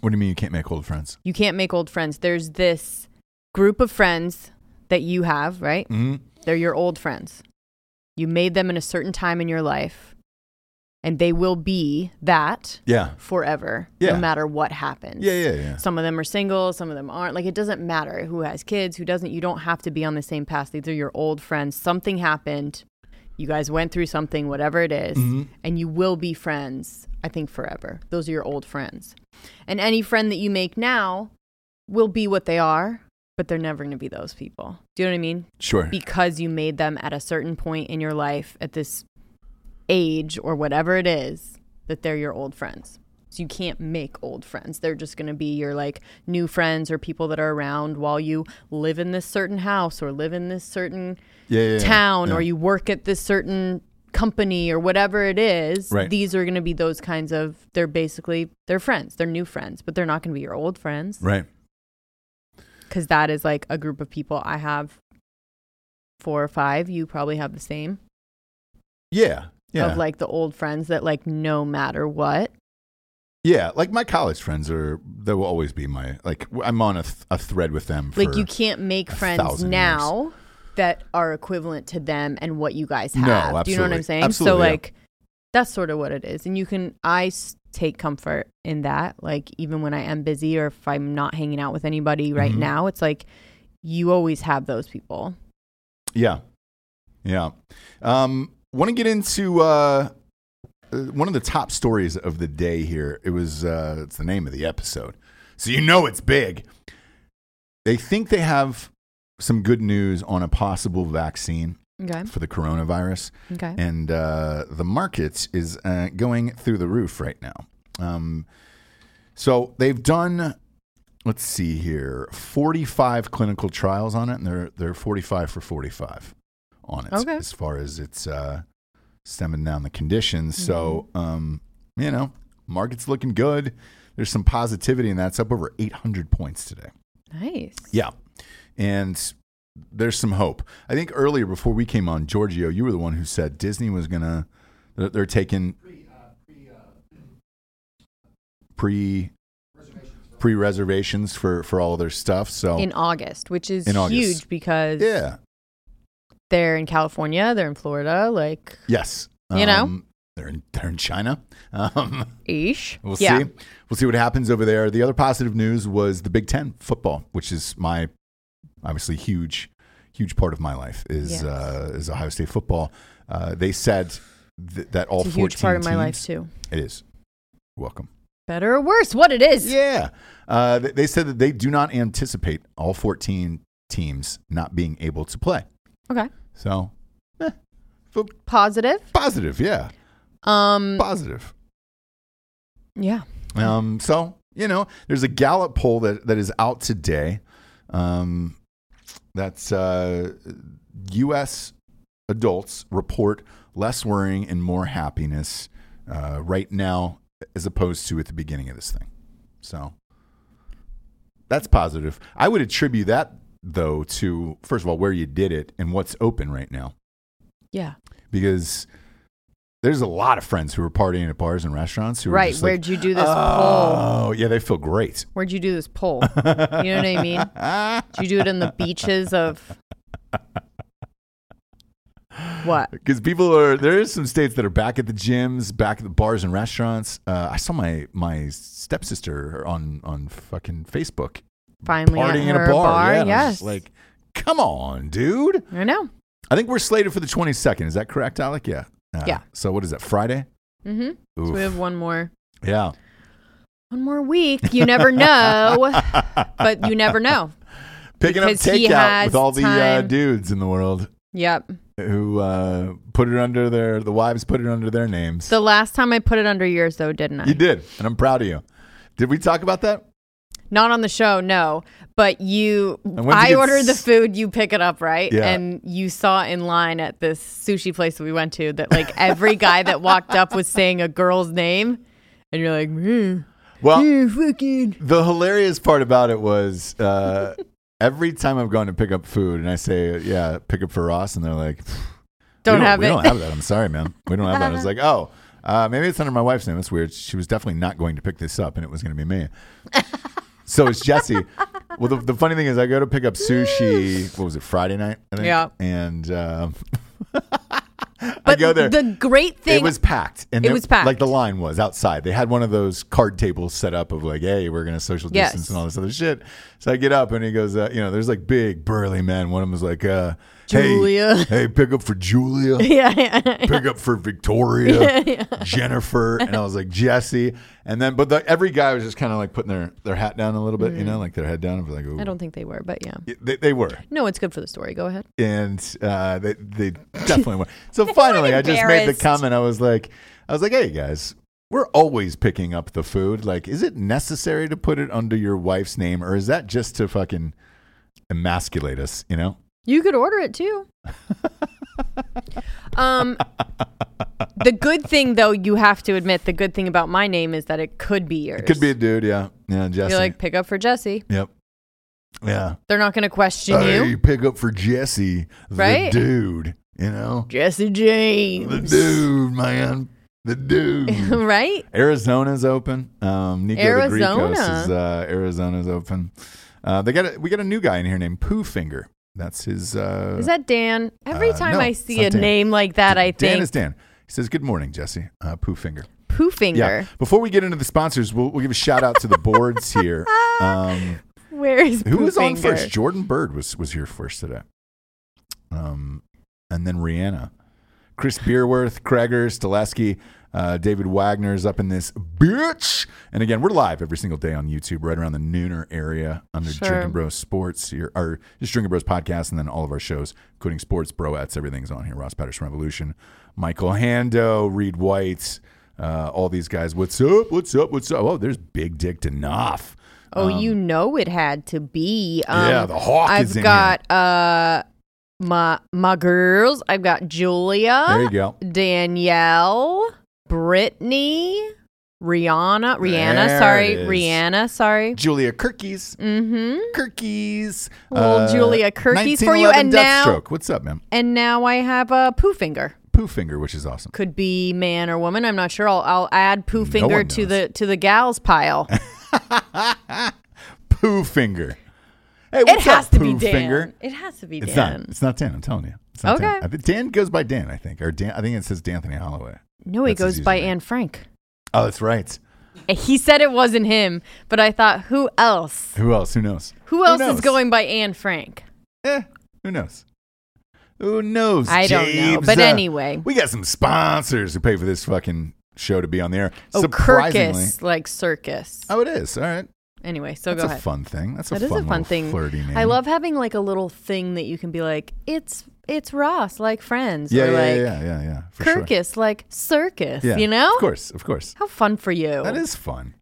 Speaker 1: What do you mean you can't make old friends?
Speaker 2: You can't make old friends. There's this group of friends that you have, right?
Speaker 1: Mhm.
Speaker 2: They're your old friends. You made them in a certain time in your life, and they will be that
Speaker 1: Yeah.
Speaker 2: forever,
Speaker 1: Yeah.
Speaker 2: no matter what happens.
Speaker 1: Yeah, yeah, yeah.
Speaker 2: Some of them are single, some of them aren't. Like, it doesn't matter who has kids, who doesn't. You don't have to be on the same path. These are your old friends. Something happened. You guys went through something, whatever it is, and you will be friends, I think, forever. Those are your old friends. And any friend that you make now will be what they are, but they're never going to be those people. Do you know what I mean?
Speaker 1: Sure.
Speaker 2: because you made them at a certain point in your life at this age or whatever it is that they're your old friends. So you can't make old friends. They're just going to be your like new friends or people that are around while you live in this certain house or live in this certain
Speaker 1: yeah, yeah, yeah.
Speaker 2: town
Speaker 1: Yeah.
Speaker 2: or you work at this certain company or whatever it is.
Speaker 1: Right.
Speaker 2: These are going to be those kinds of they're basically they're friends. They're new friends, but they're not going to be your old friends
Speaker 1: Right.
Speaker 2: because that is like a group of people I have four or five. You probably have the same
Speaker 1: Yeah. Yeah.
Speaker 2: of like the old friends that like no matter what.
Speaker 1: yeah. Like my college friends are, they will always be my, like, w- I'm on a, th- a thread with them. For,
Speaker 2: like you can't make
Speaker 1: a
Speaker 2: friends
Speaker 1: thousand
Speaker 2: now that are equivalent to them and what you guys
Speaker 1: No,
Speaker 2: have. Do you know what I'm
Speaker 1: absolutely.
Speaker 2: saying?
Speaker 1: Absolutely,
Speaker 2: so
Speaker 1: yeah.
Speaker 2: like that's sort of what it is, and you can I s- take comfort in that. Like even when I am busy or if I'm not hanging out with anybody right
Speaker 1: Mhm.
Speaker 2: now, it's like you always have those people.
Speaker 1: Yeah. Yeah. Um, Want to get into uh, uh, one of the top stories of the day here. It was, uh, it's the name of the episode. So you know it's big. They think they have some good news on a possible vaccine
Speaker 2: Okay.
Speaker 1: for the coronavirus.
Speaker 2: Okay.
Speaker 1: And uh, the market is uh, going through the roof right now. Um, so they've done, let's see here, 45 clinical trials on it, and they're, they're 45 for 45 on it
Speaker 2: Okay.
Speaker 1: as far as it's uh, stemming down the conditions. So,
Speaker 2: Mm-hmm.
Speaker 1: um, you know, market's looking good. There's some positivity, and that's up over 800 points today.
Speaker 2: Nice.
Speaker 1: Yeah. And there's some hope. I think earlier before we came on, Giorgio, you were the one who said Disney was going to, they're, they're taking uh, pre pre reservations for, for all of their stuff. So,
Speaker 2: In August, which is
Speaker 1: Oh. In August.
Speaker 2: huge because
Speaker 1: yeah.
Speaker 2: they're in California, they're in Florida, like
Speaker 1: Yes. Um,
Speaker 2: You know?
Speaker 1: They're in, they're in China. Um,
Speaker 2: ish.
Speaker 1: We'll
Speaker 2: yeah.
Speaker 1: see. We'll see what happens over there. The other positive news was the Big Ten football, which is my obviously huge, huge part of my life is
Speaker 2: Yes.
Speaker 1: uh, is Ohio State football. Uh, they said th- that all
Speaker 2: It's a
Speaker 1: 14
Speaker 2: huge part of my life
Speaker 1: teams-
Speaker 2: too.
Speaker 1: It is. Welcome.
Speaker 2: Better or worse, what it is.
Speaker 1: Yeah. Uh, th- they said that they do not anticipate all 14 teams not being able to play.
Speaker 2: Okay.
Speaker 1: So eh, fo-
Speaker 2: Positive.
Speaker 1: positive, yeah,
Speaker 2: Um
Speaker 1: positive.
Speaker 2: yeah.
Speaker 1: Um, so you know, there's a Gallup poll that, that is out today. Um, that's uh, U.S. adults report less worrying and more happiness uh, right now, as opposed to at the beginning of this thing. So that's positive. I would attribute that though to first of all where you did it and what's open right now
Speaker 2: Yeah.
Speaker 1: because there's a lot of friends who are partying at bars and restaurants who are
Speaker 2: Right.
Speaker 1: just like,
Speaker 2: Where'd you do this poll?
Speaker 1: Oh, yeah, they feel great.
Speaker 2: Where'd you do this poll? you know what I mean? Did you do it in the beaches of what?
Speaker 1: Because people are there is some states that are back at the gyms, back at the bars and restaurants. Uh, I saw my my stepsister on on fucking Facebook
Speaker 2: Finally at
Speaker 1: partying in a
Speaker 2: her
Speaker 1: bar. Yeah, and I was
Speaker 2: yes.
Speaker 1: just like, come on, dude.
Speaker 2: I know.
Speaker 1: I think we're slated for the twenty second. Is that correct, Alec? Yeah. Uh,
Speaker 2: Yeah.
Speaker 1: So what is that? Friday?
Speaker 2: Mm-hmm. So
Speaker 1: Oof.
Speaker 2: we have one more
Speaker 1: yeah.
Speaker 2: one more week. You never know, but you never know.
Speaker 1: Picking up
Speaker 2: Because he
Speaker 1: takeout
Speaker 2: has
Speaker 1: with all the uh,
Speaker 2: time.
Speaker 1: dudes in the world
Speaker 2: Yep.
Speaker 1: who uh, put it under their the wives put it under their names.
Speaker 2: The last time I put it under yours, though, didn't I?
Speaker 1: You did, and I'm proud of you. Did we talk about that?
Speaker 2: Not on the show, no. But you,
Speaker 1: when did
Speaker 2: I
Speaker 1: you
Speaker 2: ordered the
Speaker 1: s-
Speaker 2: food, you pick it up, right?
Speaker 1: Yeah.
Speaker 2: And you saw in line at this sushi place that we went to that like every guy that walked up was saying a girl's name, and you're like, "Mm,
Speaker 1: Well,
Speaker 2: mm, fucking.
Speaker 1: the hilarious part about it was uh, every time I've gone to pick up food and I say, "Yeah, pick up for Ross," and they're like, "We
Speaker 2: Don't have
Speaker 1: we
Speaker 2: it."
Speaker 1: don't have that. I'm sorry, man. We don't have that." I was like, "Oh." Uh, maybe it's under my wife's name. That's weird. She was definitely not going to pick this up, and it was going to be me. so it's Jesse. Well, the, the funny thing is, I go to pick up sushi. What was it, Friday night? I think.
Speaker 2: Yeah.
Speaker 1: And um, I
Speaker 2: But
Speaker 1: go there.
Speaker 2: the great thing
Speaker 1: it was packed. And
Speaker 2: It
Speaker 1: there-
Speaker 2: was packed.
Speaker 1: Like the line was outside. They had one of those card tables set up of like, hey, we're gonna social
Speaker 2: Yes.
Speaker 1: distance and all this other shit. So I get up and he goes, uh, you know, there's like big burly men. One of them was like, uh, hey,
Speaker 2: Julia.
Speaker 1: hey, pick up for Julia.
Speaker 2: yeah, yeah.
Speaker 1: pick up for Victoria, Jennifer, and I was like Jesse, and then but the, every guy was just kind of like putting their their hat down a little bit, you know, like their head down. and was like, Ooh.
Speaker 2: Mm. I don't think they were, but yeah.
Speaker 1: They, they were,
Speaker 2: No, it's good for the story. Go ahead.
Speaker 1: and uh, they they definitely were. So finally, I just made the
Speaker 2: embarrassed.
Speaker 1: comment. I was like, I was like, hey guys. We're always picking up the food. Like, is it necessary to put it under your wife's name, or is that just to fucking emasculate us? You know?
Speaker 2: You could order it too. um, the good thing, though, you have to admit, the good thing about my name is that it could be yours.
Speaker 1: It could be a dude, yeah, yeah, Jesse.
Speaker 2: You're like, pick up for Jesse.
Speaker 1: yep, yeah.
Speaker 2: They're not going to question
Speaker 1: Hey,
Speaker 2: you.
Speaker 1: pick up for Jesse, the
Speaker 2: Right?
Speaker 1: dude. You know,
Speaker 2: Jesse
Speaker 1: the
Speaker 2: James.
Speaker 1: dude, man, the dude.
Speaker 2: right?
Speaker 1: Arizona's open. Um, Nico
Speaker 2: Arizona.
Speaker 1: Arizona. is uh, Arizona's open. Uh, they got a, we got a new guy in here named Pooh Finger. That's his. Uh,
Speaker 2: Is that Dan? Every
Speaker 1: uh,
Speaker 2: time
Speaker 1: no,
Speaker 2: I
Speaker 1: it's
Speaker 2: see
Speaker 1: not
Speaker 2: a
Speaker 1: Dan.
Speaker 2: name like that, I
Speaker 1: Dan
Speaker 2: think
Speaker 1: is Dan. He says, "Good morning, Jesse." Uh, Pooh Finger.
Speaker 2: Poofinger.
Speaker 1: Yeah. Before we get into the sponsors, we'll, we'll give a shout out to the boards here. Um,
Speaker 2: Where is
Speaker 1: Who was on
Speaker 2: Poofinger?
Speaker 1: first? Jordan Bird was was here first today. Um, and then Rihanna, Chris Beerworth, Kreger, Stileski, uh, David Wagner's up in this bitch. And again, we're live every single day on YouTube, right around the nooner area under
Speaker 2: Sure.
Speaker 1: Drinking Bros Sports, your, or just Drinking Bros podcast, and then all of our shows, including Sports Broettes, everything's on here. Ross Patterson Revolution, Michael Hando, Reed White. Uh, all these guys, what's up? What's up? What's up? Oh, there's Big Dick Danoff.
Speaker 2: Oh, you know it had to be. Um,
Speaker 1: Um, yeah, the hawk
Speaker 2: I've
Speaker 1: is in here.
Speaker 2: got uh my my girls. I've got Julia.
Speaker 1: There you go.
Speaker 2: Danielle, Brittany, Rihanna, Rihanna,
Speaker 1: There
Speaker 2: sorry,
Speaker 1: it is.
Speaker 2: Rihanna, sorry.
Speaker 1: Julia Kirkies.
Speaker 2: Mm-hmm.
Speaker 1: Kirkies.
Speaker 2: Little Julia Kirkies for you,
Speaker 1: 1911
Speaker 2: and now-
Speaker 1: Deathstroke. What's up, man?
Speaker 2: And now I have a poo finger.
Speaker 1: Pooh finger, which is awesome.
Speaker 2: Could be man or woman. I'm not sure. I'll, I'll add poo finger
Speaker 1: one
Speaker 2: to
Speaker 1: knows.
Speaker 2: the to the gals pile.
Speaker 1: Pooh finger. Hey,
Speaker 2: it
Speaker 1: what's
Speaker 2: has
Speaker 1: up,
Speaker 2: to be
Speaker 1: Pooh
Speaker 2: Dan.
Speaker 1: finger?
Speaker 2: It has to be
Speaker 1: It's
Speaker 2: Dan.
Speaker 1: not. It's not Dan. I'm telling you. It's not Dan.
Speaker 2: Okay.
Speaker 1: I think Dan goes by Dan, I think, or Dan. I think it says D'Anthony Holloway.
Speaker 2: No, he
Speaker 1: That's his
Speaker 2: goes by
Speaker 1: username.
Speaker 2: Anne Frank.
Speaker 1: Oh, that's right.
Speaker 2: He said it wasn't him, but I thought, who else?
Speaker 1: Who else? Who knows?
Speaker 2: Who else
Speaker 1: knows?
Speaker 2: is going by Anne Frank?
Speaker 1: Eh, who knows? Who knows?
Speaker 2: I don't know,
Speaker 1: James? Uh,
Speaker 2: but anyway.
Speaker 1: we got some sponsors who pay for this fucking show to be on the air.
Speaker 2: Oh,
Speaker 1: Surprisingly,
Speaker 2: Kirkus, like circus.
Speaker 1: oh, it is. All right.
Speaker 2: Anyway, so
Speaker 1: That's
Speaker 2: Oh, go
Speaker 1: a
Speaker 2: ahead.
Speaker 1: fun thing. That's a
Speaker 2: That
Speaker 1: fun,
Speaker 2: is a fun
Speaker 1: little
Speaker 2: thing.
Speaker 1: Flirty name.
Speaker 2: I love having like a little thing that you can be like, it's it's Ross like Friends,
Speaker 1: Yeah,
Speaker 2: or
Speaker 1: yeah,
Speaker 2: like
Speaker 1: yeah, yeah, yeah. For sure.
Speaker 2: Kirkus like Circus.
Speaker 1: Yeah,
Speaker 2: you know,
Speaker 1: Of course, of course.
Speaker 2: how fun for you.
Speaker 1: That is fun.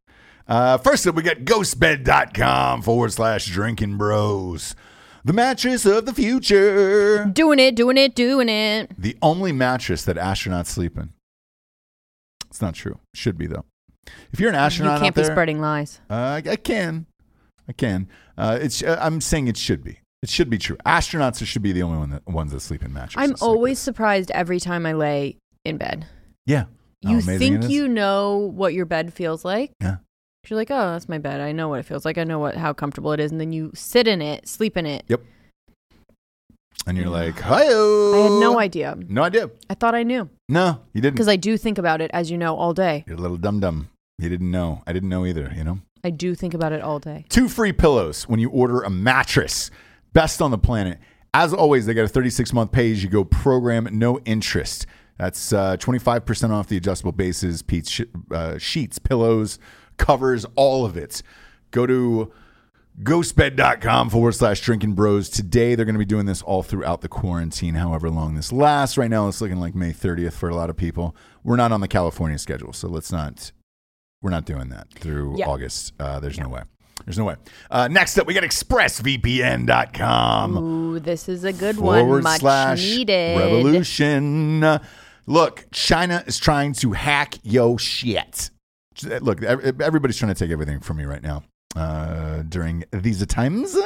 Speaker 1: Uh, first up, we got ghostbed.com forward slash drinking bros. The mattress of the future.
Speaker 2: doing it, doing it, doing it.
Speaker 1: The only mattress that astronauts sleep in. It's not true. Should be, though. If you're an astronaut
Speaker 2: you can't
Speaker 1: out
Speaker 2: be
Speaker 1: there,
Speaker 2: spreading lies.
Speaker 1: Uh, I I can, I can. Uh, it's. Uh, I'm saying it should be. It should be true. Astronauts should be the only one that, ones that sleep in mattresses.
Speaker 2: I'm
Speaker 1: like uh,
Speaker 2: always
Speaker 1: this.
Speaker 2: surprised every time I lay in bed.
Speaker 1: yeah. How
Speaker 2: You
Speaker 1: amazing it
Speaker 2: think
Speaker 1: is.
Speaker 2: you know what your bed feels like.
Speaker 1: Yeah.
Speaker 2: You're like, oh, that's my bed. I know what it feels like. I know what how comfortable it is, and then you sit in it, sleep in it.
Speaker 1: Yep. And you're like, hi-oh.
Speaker 2: I had no idea.
Speaker 1: No idea.
Speaker 2: I thought I knew
Speaker 1: No, you didn't.
Speaker 2: because I do think about it, as you know, all day.
Speaker 1: You're a little dum dum. You didn't know. I didn't know either. You know.
Speaker 2: I do think about it all day.
Speaker 1: Two free pillows when you order a mattress. Best on the planet. As always, they got a 36 month pay as you go program, no interest. That's uh, 25% off the adjustable bases, Pete's sh- uh, sheets, pillows, covers, all of it. Go to ghostbed.com forward slash drinking bros today they're going to be doing this all throughout the quarantine however long this lasts right now it's looking like may 30th for a lot of people we're not on the california schedule so let's not we're not doing that through
Speaker 2: Yeah.
Speaker 1: august uh, there's no way there's no way uh, next up we got expressvpn.com
Speaker 2: Ooh, this is a good one.
Speaker 1: forward
Speaker 2: Much
Speaker 1: slash
Speaker 2: needed.
Speaker 1: revolution. Look, China is trying to hack yo shit. Look, ev- everybody's trying to take everything from me right now uh, during these times.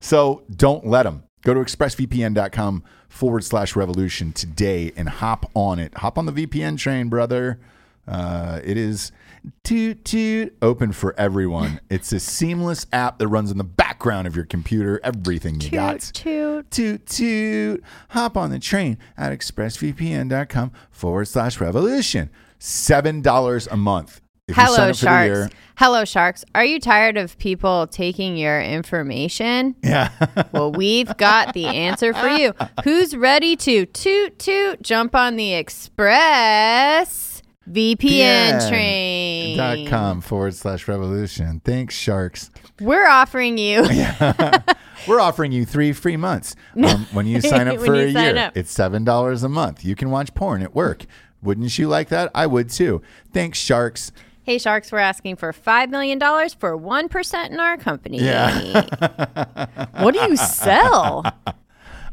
Speaker 1: So don't let them. Go to expressvpn.com forward slash revolution today and hop on it. Hop on the VPN train, brother. Uh, it is toot toot open for everyone. It's a seamless app that runs in the background of your computer. Everything you got.
Speaker 2: toot.
Speaker 1: Toot toot. Hop on the train at expressvpn.com forward slash revolution. $7 a month. If you sign
Speaker 2: Hello,
Speaker 1: up for the year.
Speaker 2: sharks. Hello, sharks. Are you tired of people taking your information?
Speaker 1: Yeah.
Speaker 2: Well, we've got the answer for you. Who's ready to toot toot jump on the express VPN train?
Speaker 1: dot com forward slash revolution. Thanks, sharks.
Speaker 2: We're offering you
Speaker 1: We're offering you three free months um, when you sign up
Speaker 2: When
Speaker 1: for
Speaker 2: you
Speaker 1: a
Speaker 2: sign
Speaker 1: year.
Speaker 2: up.
Speaker 1: It's seven dollars a month. You can watch porn at work. Wouldn't you like that? I would too. Thanks, sharks.
Speaker 2: Hey Sharks, we're asking for $5 million for 1% in our company. what do you sell?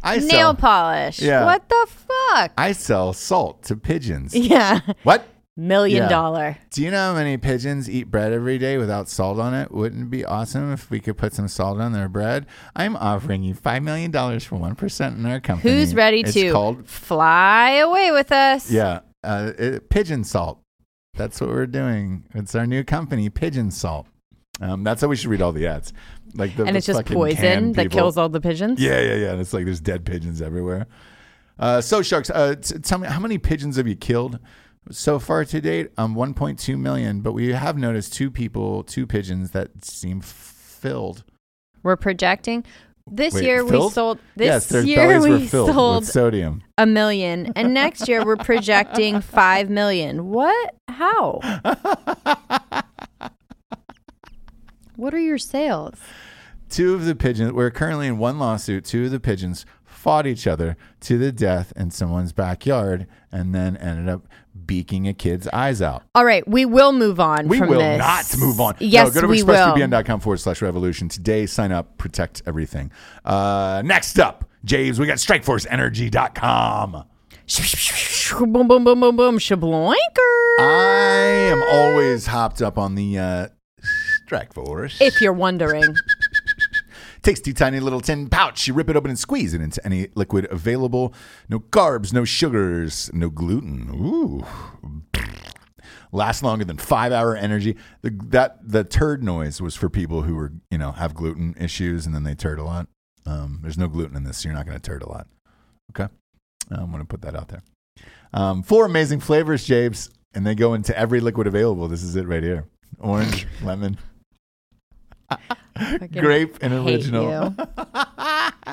Speaker 1: I
Speaker 2: Nail
Speaker 1: sell.
Speaker 2: polish.
Speaker 1: Yeah.
Speaker 2: What the fuck?
Speaker 1: I sell salt to pigeons.
Speaker 2: yeah.
Speaker 1: What?
Speaker 2: Million
Speaker 1: Yeah.
Speaker 2: dollar.
Speaker 1: Do you know how many pigeons eat bread every day without salt on it? Wouldn't it be awesome if we could put some salt on their bread? I'm offering you $5 million for 1% in our company.
Speaker 2: Who's ready
Speaker 1: It's
Speaker 2: to
Speaker 1: called
Speaker 2: fly away with us?
Speaker 1: Yeah. Uh, it, pigeon salt. That's what we're doing. It's our new company, Pigeon Salt. Um, that's how we should read all the ads. Like the
Speaker 2: And it's just
Speaker 1: fucking
Speaker 2: poison
Speaker 1: canned
Speaker 2: that
Speaker 1: people.
Speaker 2: kills all the pigeons?
Speaker 1: Yeah, yeah, yeah. And it's like there's dead pigeons everywhere. Uh, so sharks, uh, t- tell me how many pigeons have you killed so far to date? Um, 1.2 million. But we have noticed two people, two pigeons that seem filled.
Speaker 2: We're projecting. This
Speaker 1: Wait,
Speaker 2: year we
Speaker 1: filled?
Speaker 2: sold
Speaker 1: yes,
Speaker 2: this
Speaker 1: their
Speaker 2: year
Speaker 1: bellies were
Speaker 2: we
Speaker 1: filled
Speaker 2: sold
Speaker 1: with sodium.
Speaker 2: a million and next year we're projecting 5 million. What? How? what are your sales?
Speaker 1: Two of the pigeons, we're currently in one lawsuit. Two of the pigeons fought each other to the death in someone's backyard and then ended up beaking a kid's eyes out.
Speaker 2: All right, we will move on
Speaker 1: We
Speaker 2: from
Speaker 1: will
Speaker 2: this.
Speaker 1: not move on.
Speaker 2: Yes,
Speaker 1: no, go to
Speaker 2: we will.
Speaker 1: expressvpn.com forward slash revolution. Today, sign up, protect everything. Uh, next up, James, we got strikeforceenergy.com.
Speaker 2: Boom, boom, boom, boom, boom. Shabloinker.
Speaker 1: I am always hopped up on the uh, Strike Force.
Speaker 2: If you're wondering.
Speaker 1: Tasty tiny little tin pouch. You rip it open and squeeze it into any liquid available. No carbs, no sugars, no gluten. Ooh. Lasts longer than five hour energy. The, that the turd noise was for people who were you know have gluten issues and then they turd a lot. Um, there's no gluten in this, so you're not going to turd a lot. Okay, I'm going to put that out there. Um, four amazing flavors, James, and they go into every liquid available. This is it right here: orange, lemon,
Speaker 2: Fucking
Speaker 1: grape, and
Speaker 2: hate
Speaker 1: original.
Speaker 2: you.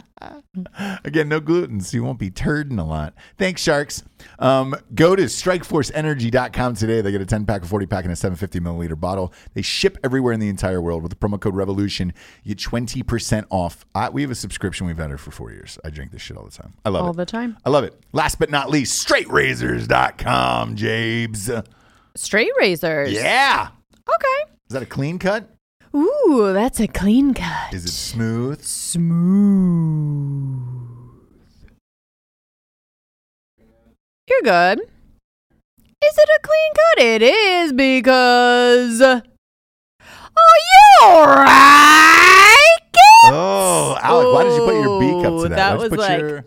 Speaker 1: Again, no gluten, so you won't be turding a lot. Thanks, sharks. Um, go to strikeforceenergy.com today. They get a 10 pack, a 40 pack, and a 750 milliliter bottle. They ship everywhere in the entire world with the promo code REVOLUTION. You get 20% off. I, we have a subscription. We've had her for four years. I drink this shit all the time. I love
Speaker 2: All
Speaker 1: it.
Speaker 2: the time.
Speaker 1: I love it. Last but not least, straightrazors.com, Jabes.
Speaker 2: Straight razors.
Speaker 1: Yeah.
Speaker 2: Okay.
Speaker 1: Is that a clean cut?
Speaker 2: Ooh, that's a clean cut.
Speaker 1: Is it smooth?
Speaker 2: Smooth. You're good. Is it a clean cut? It is because. Oh, Are you alright? kid?
Speaker 1: Oh, Alec, why did you put your beak up
Speaker 2: Ooh,
Speaker 1: to that?
Speaker 2: Oh,
Speaker 1: Why'd
Speaker 2: that
Speaker 1: you
Speaker 2: was
Speaker 1: put
Speaker 2: like-
Speaker 1: your-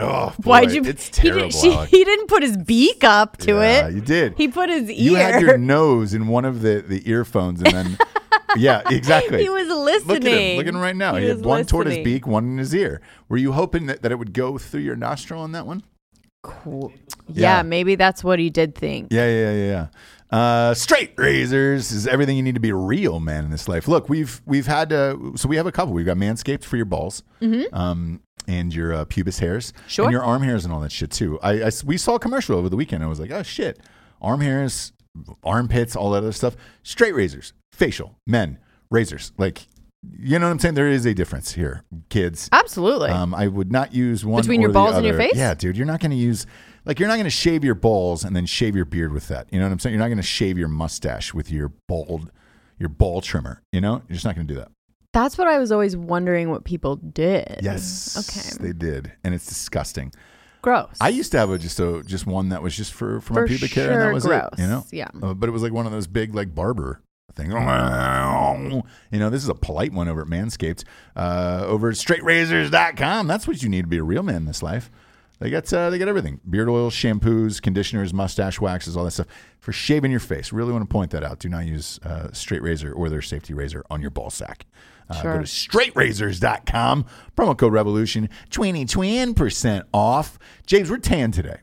Speaker 1: Oh, boy,
Speaker 2: Why'd you?
Speaker 1: It's
Speaker 2: he did-
Speaker 1: terrible.
Speaker 2: she-
Speaker 1: Alec.
Speaker 2: he didn't put his beak up to
Speaker 1: Yeah,
Speaker 2: it.
Speaker 1: You did.
Speaker 2: He put his ear.
Speaker 1: you had your nose in one of the, the earphones, and then yeah, exactly.
Speaker 2: he was listening.
Speaker 1: Look at him. Look at him right now. He, had
Speaker 2: was
Speaker 1: one toward his
Speaker 2: listening.
Speaker 1: beak, one in his ear. Were you hoping that, that it would go through your nostril on that one?
Speaker 2: Cool. Yeah,
Speaker 1: Yeah.
Speaker 2: maybe that's what he did think.
Speaker 1: Yeah, yeah, yeah, yeah. Uh, straight razors is everything you need to be a real man in this life. Look, we've we've had uh, so we have a couple. We've got manscaped for your balls, um, and your uh, pubis hairs,
Speaker 2: Sure.
Speaker 1: and your arm hairs and all that shit too. I, I s- we saw a commercial over the weekend. I was like, oh shit, arm hairs, armpits, all that other stuff. Straight razors, facial, men razors. Like, you know what I'm saying? There is a difference here, kids.
Speaker 2: Absolutely.
Speaker 1: Um, I would not use one
Speaker 2: Between
Speaker 1: or
Speaker 2: your
Speaker 1: the
Speaker 2: balls and your
Speaker 1: other.
Speaker 2: face?
Speaker 1: Yeah, dude, you're not going to use like you're not going to shave your balls and then shave your beard with that. You know what I'm saying? You're not going to shave your mustache with your bald your ball trimmer. You know, you're just not going to do that.
Speaker 2: that's what I was always wondering what people did.
Speaker 1: Yes,
Speaker 2: Okay.
Speaker 1: they did, and it's disgusting.
Speaker 2: Gross.
Speaker 1: I used to have a, just a just one that was just for for,
Speaker 2: For
Speaker 1: my pubic hair, and
Speaker 2: sure
Speaker 1: that was it. You know,
Speaker 2: gross, yeah.
Speaker 1: Uh, but it was like one of those big like barber things. You know, this is a polite one over at Manscaped, uh, over at StraightRazors.com. That's what you need to be a real man in this life. They got uh, they got everything: beard oils, shampoos, conditioners, mustache waxes, all that stuff for shaving your face. Really want to point that out. Do not use uh, straight razor or their safety razor on your ball sack. Uh, Go to straightrazors.com. Promo code Revolution twenty twenty percent off. James, we're tan today.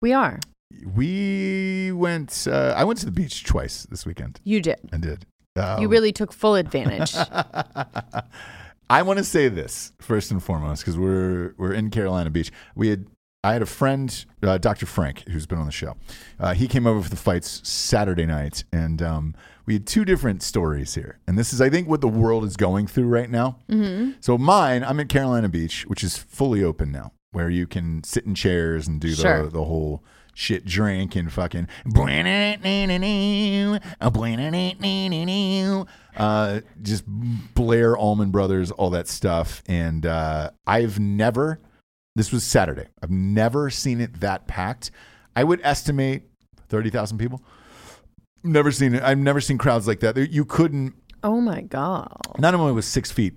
Speaker 2: We are.
Speaker 1: We went. Uh, I went to the beach twice this weekend.
Speaker 2: You did.
Speaker 1: I did. Um,
Speaker 2: You really took full advantage.
Speaker 1: I want to say this first and foremost because we're we're in Carolina Beach. We had I had a friend, uh, Dr. Frank, who's been on the show. Uh, he came over for the fights Saturday night, and um, we had two different stories here. And this is, I think, what the world is going through right now. So mine, I'm at Carolina Beach, which is fully open now, where you can sit in chairs and do the
Speaker 2: Sure.
Speaker 1: the whole shit drink and fucking uh just blair allman brothers all that stuff and uh i've never this was saturday i've never seen it that packed i would estimate 30000 people never seen it i've never seen crowds like that There- you couldn't
Speaker 2: oh my god.
Speaker 1: not only was six feet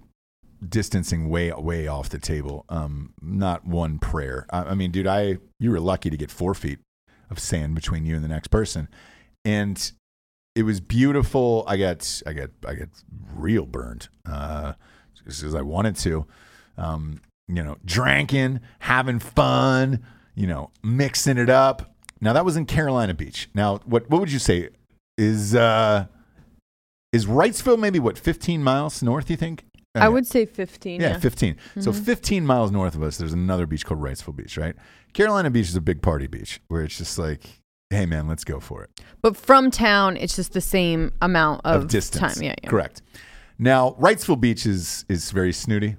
Speaker 1: distancing way way off the table um not one prayer I, I mean dude i you were lucky to get four feet of sand between you and the next person and it was beautiful i got i got i got real burned uh just as i wanted to um you know drinking having fun you know mixing it up now that was in carolina beach now what what would you say is uh is Wrightsville maybe what 15 miles north? You think?
Speaker 2: I would say 15.
Speaker 1: Yeah, 15. So
Speaker 2: Mm-hmm.
Speaker 1: 15 miles north of us, there's another beach called Wrightsville Beach, right? Carolina Beach is a big party beach where it's just like, hey man, let's go for it.
Speaker 2: But from town, it's just the same amount of,
Speaker 1: of distance.
Speaker 2: time. Yeah, yeah.
Speaker 1: Correct. Now, Wrightsville Beach is is very snooty.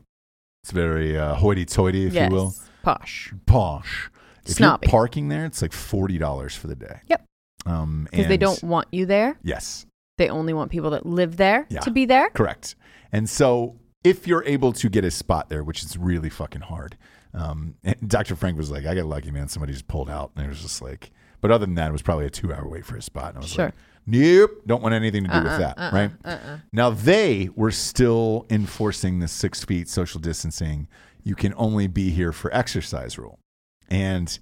Speaker 1: It's very uh, hoity-toity, if
Speaker 2: yes.
Speaker 1: you will,
Speaker 2: Posh.
Speaker 1: posh. If
Speaker 2: Snobby.
Speaker 1: you're parking there, it's like forty dollars for the day.
Speaker 2: Yep.
Speaker 1: Um,
Speaker 2: Because they
Speaker 1: and-
Speaker 2: don't want you there.
Speaker 1: Yes.
Speaker 2: They only want people that live there
Speaker 1: Yeah.
Speaker 2: to be there.
Speaker 1: Correct. And so if you're able to get a spot there, which is really fucking hard, um, and Dr. Frank was like, I got lucky, man. Somebody just pulled out. And it was just like, but other than that, it was probably a two hour wait for a spot. And I was
Speaker 2: Sure.
Speaker 1: like, nope, don't want anything to do with that. right. Now they were still enforcing the six feet social distancing. You can only be here for exercise rule. And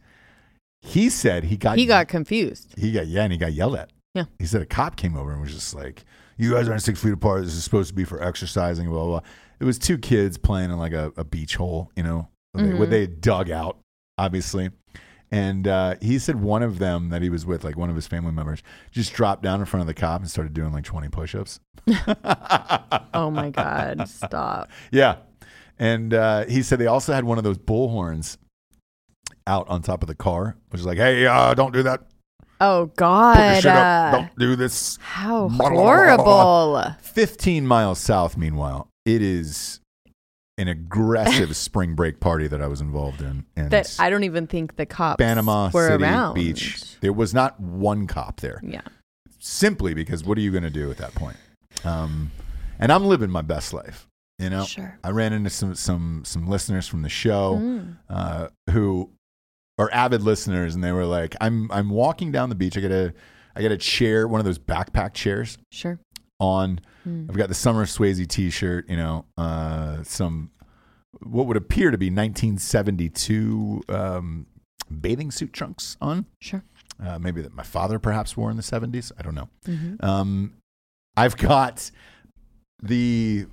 Speaker 1: he said he got
Speaker 2: He got confused.
Speaker 1: he got yeah, and he got yelled at.
Speaker 2: Yeah.
Speaker 1: He said a cop came over and was just like, "You guys aren't six feet apart. This is supposed to be for exercising." Blah blah. blah." It was two kids playing in like a, a beach hole, you know, what they-
Speaker 2: Mm-hmm.
Speaker 1: what they dug out, obviously. And uh, he said one of them that he was with, like one of his family members, just dropped down in front of the cop and started doing like twenty push-ups.
Speaker 2: Oh my God. Stop.
Speaker 1: Yeah. And uh, he said they also had one of those bullhorns out on top of the car, which is like, "Hey, uh, don't do that.
Speaker 2: Oh
Speaker 1: Put your
Speaker 2: God.
Speaker 1: shit up.
Speaker 2: uh,
Speaker 1: Don't do this."
Speaker 2: How
Speaker 1: Blah, blah, blah, blah, blah,
Speaker 2: horrible.
Speaker 1: 15 miles south, meanwhile, it is an aggressive spring break party that I was involved in. And
Speaker 2: That I don't even think the cops
Speaker 1: Panama
Speaker 2: were
Speaker 1: City
Speaker 2: around.
Speaker 1: Beach. There was not one cop there,
Speaker 2: Yeah.
Speaker 1: simply because what are you going to do at that point? Um, and I'm living my best life, you know?
Speaker 2: Sure. Hmm.
Speaker 1: I ran into some, some, some listeners from the show
Speaker 2: Mm-hmm.
Speaker 1: uh, who are avid listeners, and they were like, I'm, I'm walking down the beach. I got a, I got a chair, one of those backpack chairs
Speaker 2: Sure. Hmm.
Speaker 1: on. I've got the Summer of Swayze T-shirt. You know, uh, some what would appear to be 1972 um, bathing suit trunks on.
Speaker 2: Sure.
Speaker 1: Uh, maybe that my father perhaps wore in the 70s. I don't know.
Speaker 2: Mm-hmm.
Speaker 1: Um, I've got the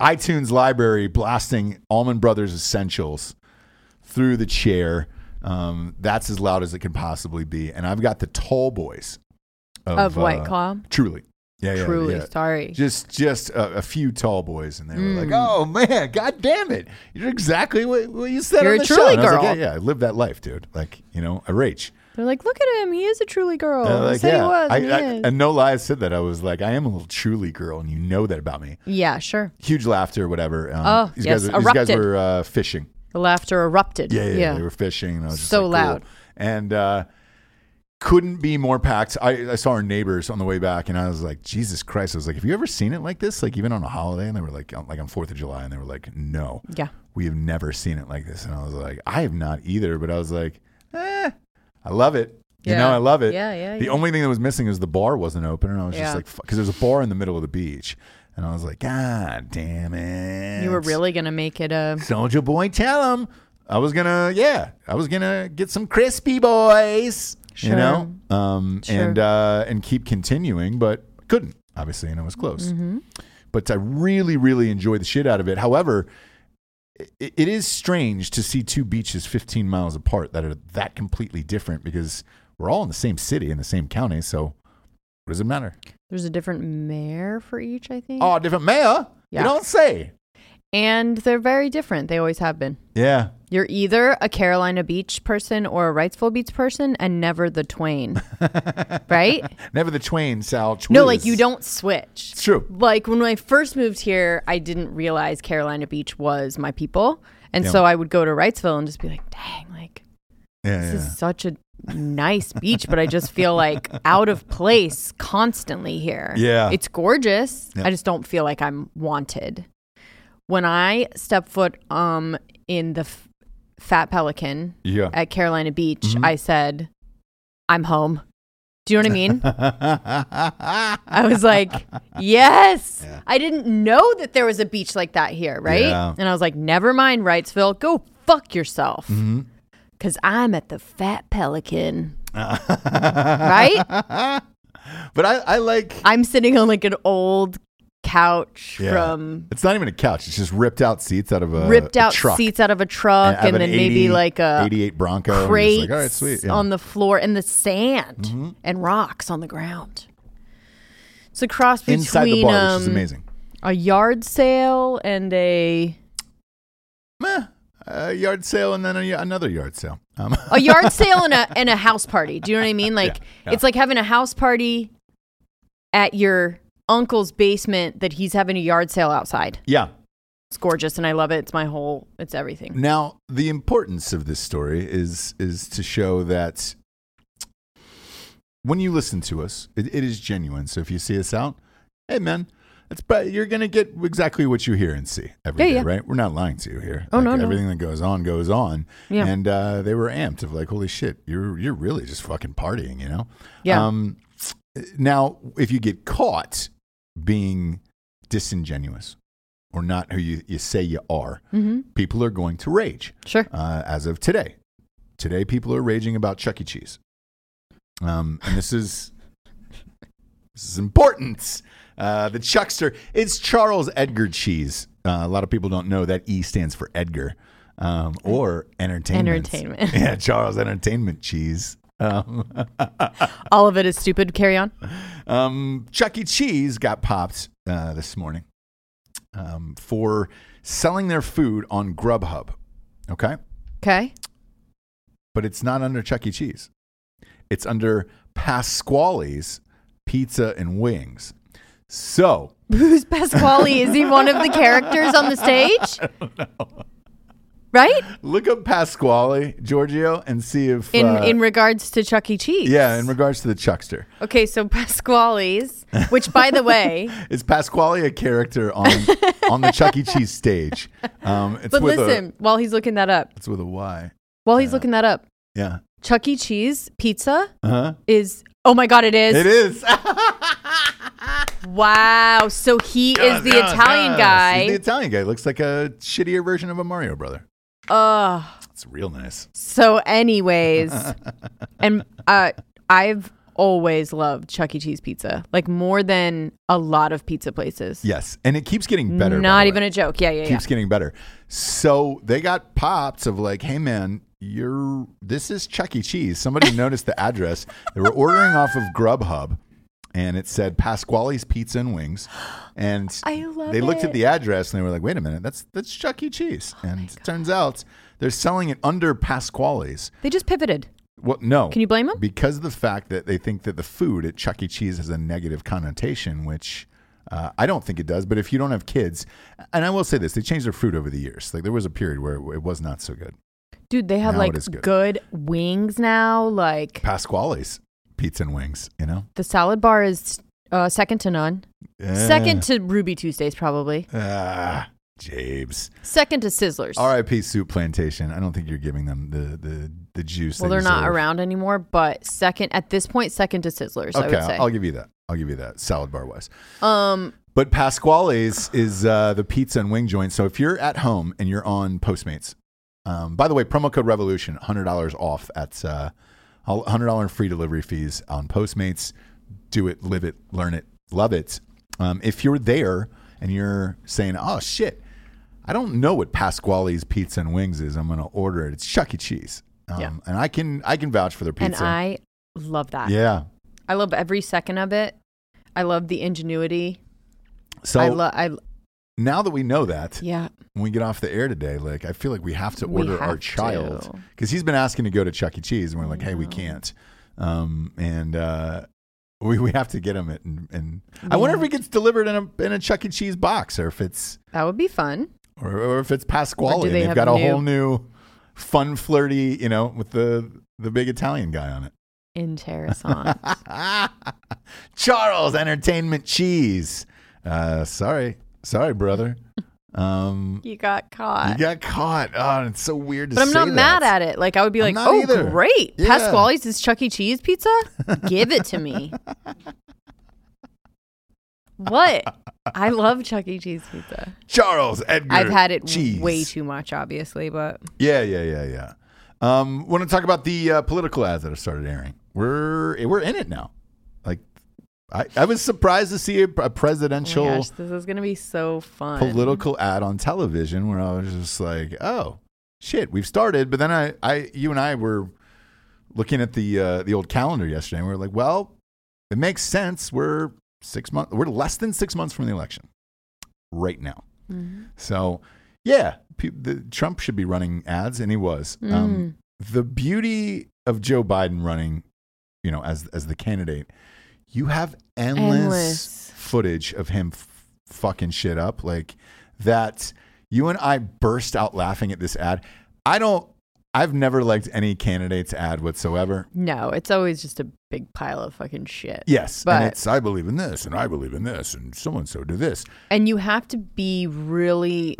Speaker 1: iTunes library blasting Allman Brothers Essentials through the chair. Um, that's as loud as it can possibly be. And I've got the Tall Boys of,
Speaker 2: Of White
Speaker 1: uh,
Speaker 2: Claw.
Speaker 1: Truly. Yeah, yeah,
Speaker 2: Truly
Speaker 1: yeah.
Speaker 2: sorry.
Speaker 1: Just just a, a few tall boys, and they were
Speaker 2: Hmm.
Speaker 1: like, "Oh man, god damn it, you're exactly what, what you said
Speaker 2: You're
Speaker 1: on
Speaker 2: a
Speaker 1: the
Speaker 2: truly
Speaker 1: show." And I was like,
Speaker 2: girl.
Speaker 1: yeah, yeah, I lived that life, dude. Like you know, I rage.
Speaker 2: They're like, look at him. He is a truly girl.
Speaker 1: And I'm
Speaker 2: He
Speaker 1: like,
Speaker 2: said he Oh, was.
Speaker 1: I,
Speaker 2: and he
Speaker 1: I-
Speaker 2: is."
Speaker 1: and no lie, I said that. I was like, I am a little truly girl, and you know that about me.
Speaker 2: yeah, sure.
Speaker 1: Huge laughter, whatever. Um,
Speaker 2: Oh,
Speaker 1: these
Speaker 2: yes,
Speaker 1: guys, these guys
Speaker 2: erupted.
Speaker 1: were uh, fishing.
Speaker 2: The laughter erupted.
Speaker 1: Yeah, yeah, yeah, they were fishing. And I was just
Speaker 2: So
Speaker 1: like,
Speaker 2: loud.
Speaker 1: cool. and uh, couldn't be more packed. I, I saw our neighbors on the way back, and I was like, Jesus Christ! I was like, Have you ever seen it like this? Like even on a holiday? And they were like, on- like on Fourth of July, and they were like, No,
Speaker 2: Yeah.
Speaker 1: we have never seen it like this. And I was like, I have not either. But I was like, eh, I love it. You
Speaker 2: Yeah.
Speaker 1: know, I love it.
Speaker 2: Yeah, yeah,
Speaker 1: The
Speaker 2: yeah.
Speaker 1: only thing that was missing is the bar wasn't open, and I was
Speaker 2: Yeah.
Speaker 1: just like, because there's a bar in the middle of the beach, and I was like, God damn it!
Speaker 2: You were really going to make it a.
Speaker 1: Soldier Boy, tell him. I was gonna, yeah, I was gonna get some crispy boys, you
Speaker 2: Sure.
Speaker 1: know, um,
Speaker 2: Sure.
Speaker 1: and uh, and keep continuing, but couldn't obviously, and it was close.
Speaker 2: Mm-hmm.
Speaker 1: But I really, really enjoyed the shit out of it. However, it, it is strange to see two beaches 15 miles apart that are that completely different because we're all in the same city in the same county, so what does it matter?
Speaker 2: There's a different mayor for each, I think.
Speaker 1: Oh, different mayor.
Speaker 2: Yeah.
Speaker 1: You don't say.
Speaker 2: And they're very different. They always have been.
Speaker 1: Yeah.
Speaker 2: You're either a Carolina Beach person or a Wrightsville Beach person and never the twain. right?
Speaker 1: Never the twain, Sal.
Speaker 2: No, like
Speaker 1: Twiz.
Speaker 2: you don't switch.
Speaker 1: It's true.
Speaker 2: Like when I first moved here, I didn't realize Carolina Beach was my people. And
Speaker 1: Yeah.
Speaker 2: so I would go to Wrightsville and just be like, dang, like
Speaker 1: Yeah,
Speaker 2: this
Speaker 1: yeah.
Speaker 2: is such a nice beach, but I just feel like out of place constantly here.
Speaker 1: Yeah.
Speaker 2: It's gorgeous.
Speaker 1: Yeah.
Speaker 2: I just don't feel like I'm wanted. When I step foot um in the f- Fat Pelican
Speaker 1: yeah.
Speaker 2: at Carolina Beach,
Speaker 1: Mm-hmm.
Speaker 2: I said, I'm home. Do you know what I mean? I was like, yes. I didn't know that there was a beach like that here, right?
Speaker 1: Yeah.
Speaker 2: And I was like, never mind, Wrightsville, go fuck yourself.
Speaker 1: Mm-hmm.
Speaker 2: Cause I'm at the Fat Pelican, right?
Speaker 1: but I, I like.
Speaker 2: I'm sitting on like an old couch
Speaker 1: Yeah.
Speaker 2: from
Speaker 1: It's not even a couch. It's just ripped out seats out of a
Speaker 2: ripped
Speaker 1: a
Speaker 2: out
Speaker 1: truck.
Speaker 2: seats out of a truck,
Speaker 1: I have
Speaker 2: and
Speaker 1: an
Speaker 2: then maybe
Speaker 1: 80
Speaker 2: like a
Speaker 1: 88 Bronco. and it's
Speaker 2: crate
Speaker 1: Like, All right, sweet. Yeah. Mm-hmm.
Speaker 2: on the floor and the sand and rocks on the ground. It's a cross between
Speaker 1: inside the bar,
Speaker 2: um,
Speaker 1: which is amazing.
Speaker 2: a yard sale and a
Speaker 1: Meh, a yard sale and then a, another yard sale. Um,
Speaker 2: a yard sale and a and a house party. Do you know what I mean? Like it's like having a house party at your uncle's basement that he's having a yard sale outside.
Speaker 1: yeah.
Speaker 2: It's gorgeous and I love it. It's my whole it's everything.
Speaker 1: Now, the importance of this story is is to show that when you listen to us, it, it is genuine. So if you see us out, hey man, it's but you're gonna get exactly what you hear and see every day,
Speaker 2: Yeah, yeah.
Speaker 1: right? We're not lying to you here.
Speaker 2: Oh,
Speaker 1: Like,
Speaker 2: no, no.
Speaker 1: everything that goes on goes on.
Speaker 2: Yeah.
Speaker 1: And uh, they were amped of like, holy shit, you're you're really just fucking partying, you know?
Speaker 2: Yeah.
Speaker 1: Um, now, if you get caught being disingenuous or not who you, you say you are,
Speaker 2: Mm-hmm.
Speaker 1: people are going to rage.
Speaker 2: Sure.
Speaker 1: Uh, as of today, today people are raging about Chuck E. Cheese, um, and this is this is important. Uh, the Chuckster, it's Charles Edgar Cheese. Uh, a lot of people don't know that E stands for Edgar um, or entertainment.
Speaker 2: Entertainment.
Speaker 1: yeah, Charles Entertainment Cheese. Um,
Speaker 2: All of it is stupid. Carry on.
Speaker 1: um, Chuck E. Cheese got popped uh, this morning um, for selling their food on Grubhub. Okay.
Speaker 2: Okay.
Speaker 1: But it's not under Chuck E. Cheese, it's under Pasquale's Pizza and Wings. So,
Speaker 2: Who's Pasquale? Is he one of the characters on the stage? Right?
Speaker 1: Look up Pasquale, Giorgio, and see if.
Speaker 2: In
Speaker 1: uh,
Speaker 2: in regards to Chuck E. Cheese.
Speaker 1: yeah, in regards to the Chuckster.
Speaker 2: okay, so Pasquale's, which by the way,
Speaker 1: Is Pasquale a character on on the Chuck E. Cheese stage? Um, it's
Speaker 2: but
Speaker 1: with
Speaker 2: listen,
Speaker 1: A,
Speaker 2: while he's looking that up,
Speaker 1: it's with a Y.
Speaker 2: while he's looking that up,
Speaker 1: Yeah.
Speaker 2: Chuck E. Cheese pizza
Speaker 1: Uh huh.
Speaker 2: is oh my god, it is.
Speaker 1: It is.
Speaker 2: Wow. So he is the
Speaker 1: Yes,
Speaker 2: Italian
Speaker 1: yes. He's the
Speaker 2: guy.
Speaker 1: Italian guy looks like a shittier version of a Mario brother.
Speaker 2: Ugh.
Speaker 1: It's real nice.
Speaker 2: So, anyways, and uh, I've always loved Chuck E. Cheese pizza, like more than a lot of pizza places.
Speaker 1: Yes, and it keeps getting better. by
Speaker 2: Not
Speaker 1: the
Speaker 2: even
Speaker 1: way.
Speaker 2: a joke. Yeah, yeah, yeah.
Speaker 1: keeps getting better. So they got pops of like, hey man, you're this is Chuck E. Cheese. Somebody noticed the address. They were ordering off of Grubhub, and it said Pasquale's Pizza and Wings. And
Speaker 2: I love
Speaker 1: they looked at
Speaker 2: it. Oh
Speaker 1: the address and they were like, wait a minute, that's that's Chuck E. Cheese. and it turns out they're selling it under Pasquale's.
Speaker 2: They just pivoted.
Speaker 1: Well, no.
Speaker 2: Can you blame 'em?
Speaker 1: Because of the fact that they think that the food at Chuck E. Cheese has a negative connotation, which uh, I don't think it does. But if you don't have kids, and I will say this, they changed their food over the years. Like there was a period where it was not so good.
Speaker 2: Dude, they have
Speaker 1: Now
Speaker 2: like
Speaker 1: it is good.
Speaker 2: good. wings now. Like
Speaker 1: Pasquale's pizza and wings, you know,
Speaker 2: the salad bar is uh, second to none.
Speaker 1: Eh.
Speaker 2: Second to Ruby Tuesdays, probably.
Speaker 1: Ah, James.
Speaker 2: Second to Sizzlers.
Speaker 1: R.I.P. Soup Plantation. I don't think you're giving them the the the juice.
Speaker 2: Well,
Speaker 1: they
Speaker 2: they're not
Speaker 1: deserve.
Speaker 2: around anymore, but second at this point, second to Sizzlers. I
Speaker 1: Okay,
Speaker 2: would say.
Speaker 1: I'll give you that. I'll give you that. Salad bar wise.
Speaker 2: um,
Speaker 1: But Pasquale's is uh, the pizza and wing joint. So if you're at home and you're on Postmates Um, by the way, promo code Revolution, hundred dollars off at uh, hundred dollar free delivery fees on Postmates. Do it, live it, learn it, love it. Um, if you're there and you're saying, "Oh shit, I don't know what Pasquale's Pizza and Wings is," I'm going to order it. It's Chuck E. Cheese, um,
Speaker 2: Yeah.
Speaker 1: and I can I can vouch for their
Speaker 2: And
Speaker 1: pizza.
Speaker 2: I love that.
Speaker 1: yeah,
Speaker 2: I love every second of it. I love the ingenuity.
Speaker 1: so
Speaker 2: I love. I
Speaker 1: now that we know that,
Speaker 2: yeah.
Speaker 1: when we get off the air today, like I feel like we have to
Speaker 2: We
Speaker 1: order our
Speaker 2: have
Speaker 1: child
Speaker 2: to.
Speaker 1: because he's been asking to go to Chuck E. Cheese, and we're like, hey, we can't. Um, and uh, we we have to get him it, and, and I wonder if it gets delivered in a in a Chuck E. Cheese box, or if it's
Speaker 2: That would be fun.
Speaker 1: or, or if it's Pasquale.
Speaker 2: Or do
Speaker 1: and
Speaker 2: they
Speaker 1: They've
Speaker 2: have
Speaker 1: got a
Speaker 2: new-
Speaker 1: whole new fun, flirty, you know, with the the big Italian guy on it.
Speaker 2: In Terrasan.
Speaker 1: Charles Entertainment Cheese. Uh, sorry, sorry, brother. Um,
Speaker 2: you got caught.
Speaker 1: You got caught. Oh, it's so weird to
Speaker 2: but I'm
Speaker 1: say
Speaker 2: not mad
Speaker 1: that.
Speaker 2: at it. Like I would be
Speaker 1: I'm
Speaker 2: like,
Speaker 1: not
Speaker 2: "Oh,
Speaker 1: either.
Speaker 2: great!
Speaker 1: Yeah.
Speaker 2: Pasquale's is Chuck E. Cheese pizza. Give it to me." what? I love Chuck E. Cheese pizza.
Speaker 1: Charles Edgar.
Speaker 2: I've had it
Speaker 1: Cheese.
Speaker 2: way too much, obviously, but oh
Speaker 1: Yeah, yeah, yeah, yeah. Um, want to talk about the uh, political ads that have started airing? We're we're in it now. Like, I, I was surprised to see a, a
Speaker 2: oh
Speaker 1: presidential
Speaker 2: my gosh, this is gonna be so fun.
Speaker 1: political ad on television where I was just like, oh shit, we've started. But then I, I you and I were looking at the uh, the old calendar yesterday, and we were like, well, it makes sense. We're six months. We're less than six months from the election, right now.
Speaker 2: Mm-hmm.
Speaker 1: So yeah, pe- the, Trump should be running ads, and he was.
Speaker 2: Mm.
Speaker 1: Um, the beauty of Joe Biden running, you know, as as the candidate, you have endless,
Speaker 2: Endless.
Speaker 1: footage of him f- fucking shit up like that. You and I burst out laughing at this ad. I don't. I've never liked any candidate's ad whatsoever.
Speaker 2: No, it's always just a big pile of fucking shit.
Speaker 1: Yes,
Speaker 2: But-
Speaker 1: and it's I believe in this, and I believe in this, and so and so do this.
Speaker 2: And you have to be really,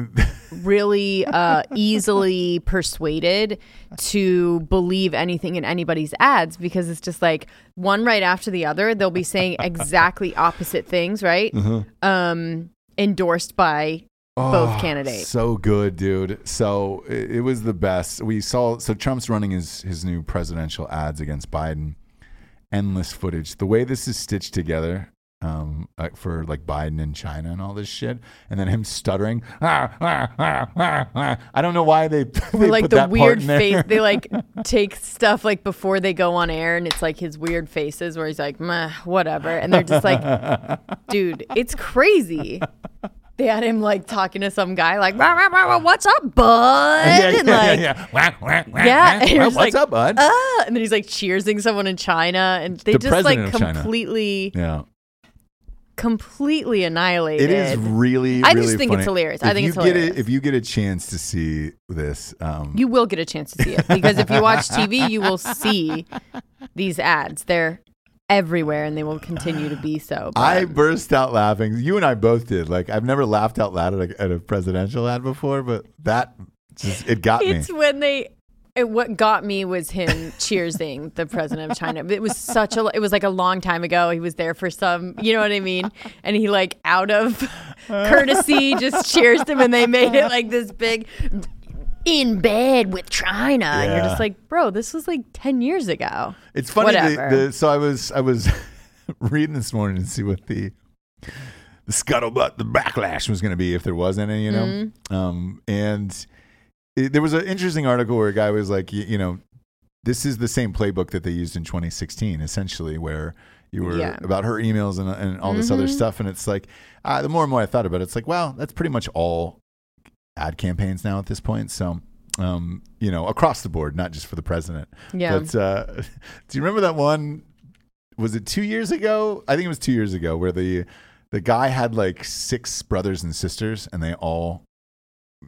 Speaker 2: really uh, easily persuaded to believe anything in anybody's ads because it's just like one right after the other. They'll be saying exactly opposite things, right?
Speaker 1: Mm-hmm.
Speaker 2: Um, endorsed by both candidates.
Speaker 1: Ah, So good, dude. So it, it was the best. We saw so Trump's running his his new presidential ads against Biden. Endless footage. The way this is stitched together um, uh, for like Biden and China and all this shit, and then him stuttering. "Ah, ah, ah, ah, ah." I don't know why they, they
Speaker 2: like
Speaker 1: put
Speaker 2: the
Speaker 1: that part
Speaker 2: weird
Speaker 1: in there.
Speaker 2: face, they like take stuff like before they go on air, and it's like his weird faces where he's like, Meh, whatever, and they're just like, dude, it's crazy. They had him like talking to some guy, like, "Rah, rah, rah, rah, "What's up, bud?"
Speaker 1: yeah, yeah,
Speaker 2: and
Speaker 1: yeah,
Speaker 2: like,
Speaker 1: yeah. Wah, wah, wah,
Speaker 2: Yeah,
Speaker 1: wah.
Speaker 2: and you're just
Speaker 1: What's
Speaker 2: like,
Speaker 1: up, bud?
Speaker 2: "Ah," and then he's like cheersing someone in China, and they
Speaker 1: The
Speaker 2: just like
Speaker 1: president of China.
Speaker 2: completely,
Speaker 1: yeah.
Speaker 2: completely annihilated.
Speaker 1: It is really.
Speaker 2: I just
Speaker 1: really
Speaker 2: think it's
Speaker 1: funny.
Speaker 2: hilarious.
Speaker 1: If
Speaker 2: I think
Speaker 1: you
Speaker 2: it's
Speaker 1: get
Speaker 2: hilarious.
Speaker 1: A, if you get a chance to see this, um,
Speaker 2: you will get a chance to see it because if you watch TV, you will see these ads. They're everywhere, and they will continue to be so. but-
Speaker 1: I burst out laughing. You and I both did. Like I've never laughed out loud at a, at a presidential ad before, but that just it got me.
Speaker 2: It's when they. It, what got me was him cheersing the president of China. It was such a. It was like a long time ago. He was there for some. You know what I mean? And he like out of courtesy just cheers him, and they made it like this big. In bed with China, and you're
Speaker 1: Yeah.
Speaker 2: just like, bro, this was like ten years ago.
Speaker 1: It's funny. The,
Speaker 2: Whatever.
Speaker 1: the, so I was I was reading this morning to see what the the scuttlebutt, the backlash was going to be if there was any, you know.
Speaker 2: Mm-hmm.
Speaker 1: Um, and it, there was an interesting article where a guy was like, you, you know, this is the same playbook that they used in 2016, essentially, where you were
Speaker 2: Yeah.
Speaker 1: about her emails and, and all this other stuff. And it's like, uh, the more and more I thought about it, it's like, wow, that's pretty much all ad campaigns now at this point. So, um, you know, across the board, not just for the president.
Speaker 2: Yeah.
Speaker 1: But uh, do you remember that one? Was it two years ago? I think it was two years ago where the the guy had like six brothers and sisters, and they all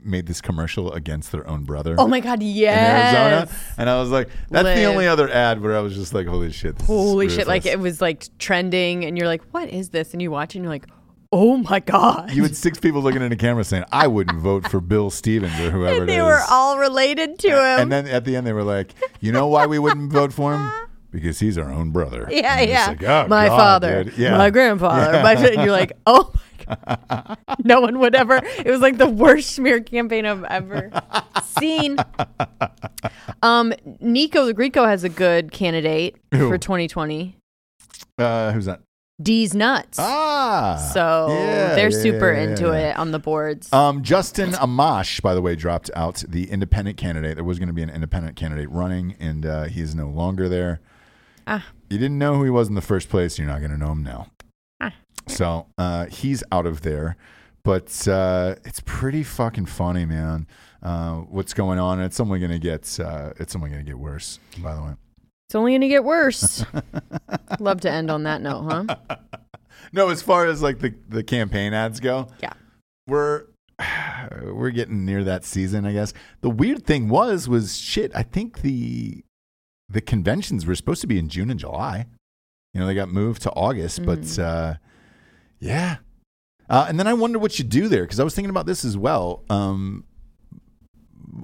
Speaker 1: made this commercial against their own brother
Speaker 2: Oh my god,
Speaker 1: in Arizona.
Speaker 2: yes.
Speaker 1: And I was like, that's the
Speaker 2: Live.
Speaker 1: only other ad where I was just like, holy shit. This
Speaker 2: Holy
Speaker 1: is
Speaker 2: shit! Like
Speaker 1: ruthless.
Speaker 2: it was like trending, and you're like, what is this? And you watch, it and you're like, oh my god.
Speaker 1: You had six people looking at a camera saying, I wouldn't vote for Bill Stevens or whoever
Speaker 2: and
Speaker 1: it
Speaker 2: they
Speaker 1: is.
Speaker 2: were all related to him.
Speaker 1: and then at the end, they were like, you know why we wouldn't vote for him? because he's our own brother.
Speaker 2: Yeah,
Speaker 1: And you're just
Speaker 2: yeah.
Speaker 1: like, "Oh,
Speaker 2: my
Speaker 1: God,
Speaker 3: father,
Speaker 1: dude." Yeah.
Speaker 3: my grandfather, my and you're like, oh my god, no one would ever.
Speaker 2: It was like the worst smear campaign I've ever seen. Um, Nico the Greco has a good candidate
Speaker 1: Who?
Speaker 2: for 2020.
Speaker 1: uh, who's that?
Speaker 2: D's nuts.
Speaker 1: Ah.
Speaker 2: so
Speaker 1: yeah,
Speaker 2: they're
Speaker 1: yeah,
Speaker 2: super
Speaker 1: yeah, yeah,
Speaker 2: into
Speaker 1: yeah.
Speaker 2: it on the boards.
Speaker 1: Um, Justin Amash, by the way, dropped out the independent candidate. There was going to be an independent candidate running, and uh, he is no longer there.
Speaker 2: Ah.
Speaker 1: You didn't know who he was in the first place. You're not going to know him now.
Speaker 2: Ah.
Speaker 1: So uh, he's out of there. But uh, it's pretty fucking funny, man. Uh, what's going on? It's only going to get uh, it's only going to get worse. By the way,
Speaker 2: it's only going to get worse. Love to end on that note, huh?
Speaker 1: no. As far as like the the campaign ads go,
Speaker 2: Yeah.
Speaker 1: we're we're getting near that season, I guess. The weird thing was was shit. I think the the conventions were supposed to be in June and July. You know, they got moved to August, but uh, yeah. Uh, and then I wonder what you do there because I was thinking about this as well. Um,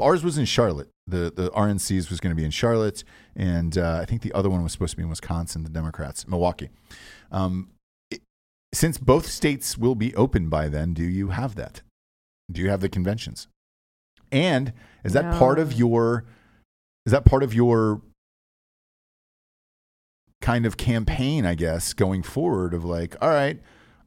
Speaker 1: ours was in Charlotte. The the RNC's was going to be in Charlotte, and uh, I think the other one was supposed to be in Wisconsin. The Democrats, Milwaukee. Um, it- since both states will be open by then, do you have that? Do you have the conventions? And is that part of
Speaker 2: No.
Speaker 1: your is that part of your kind of campaign, I guess, going forward of like, all right,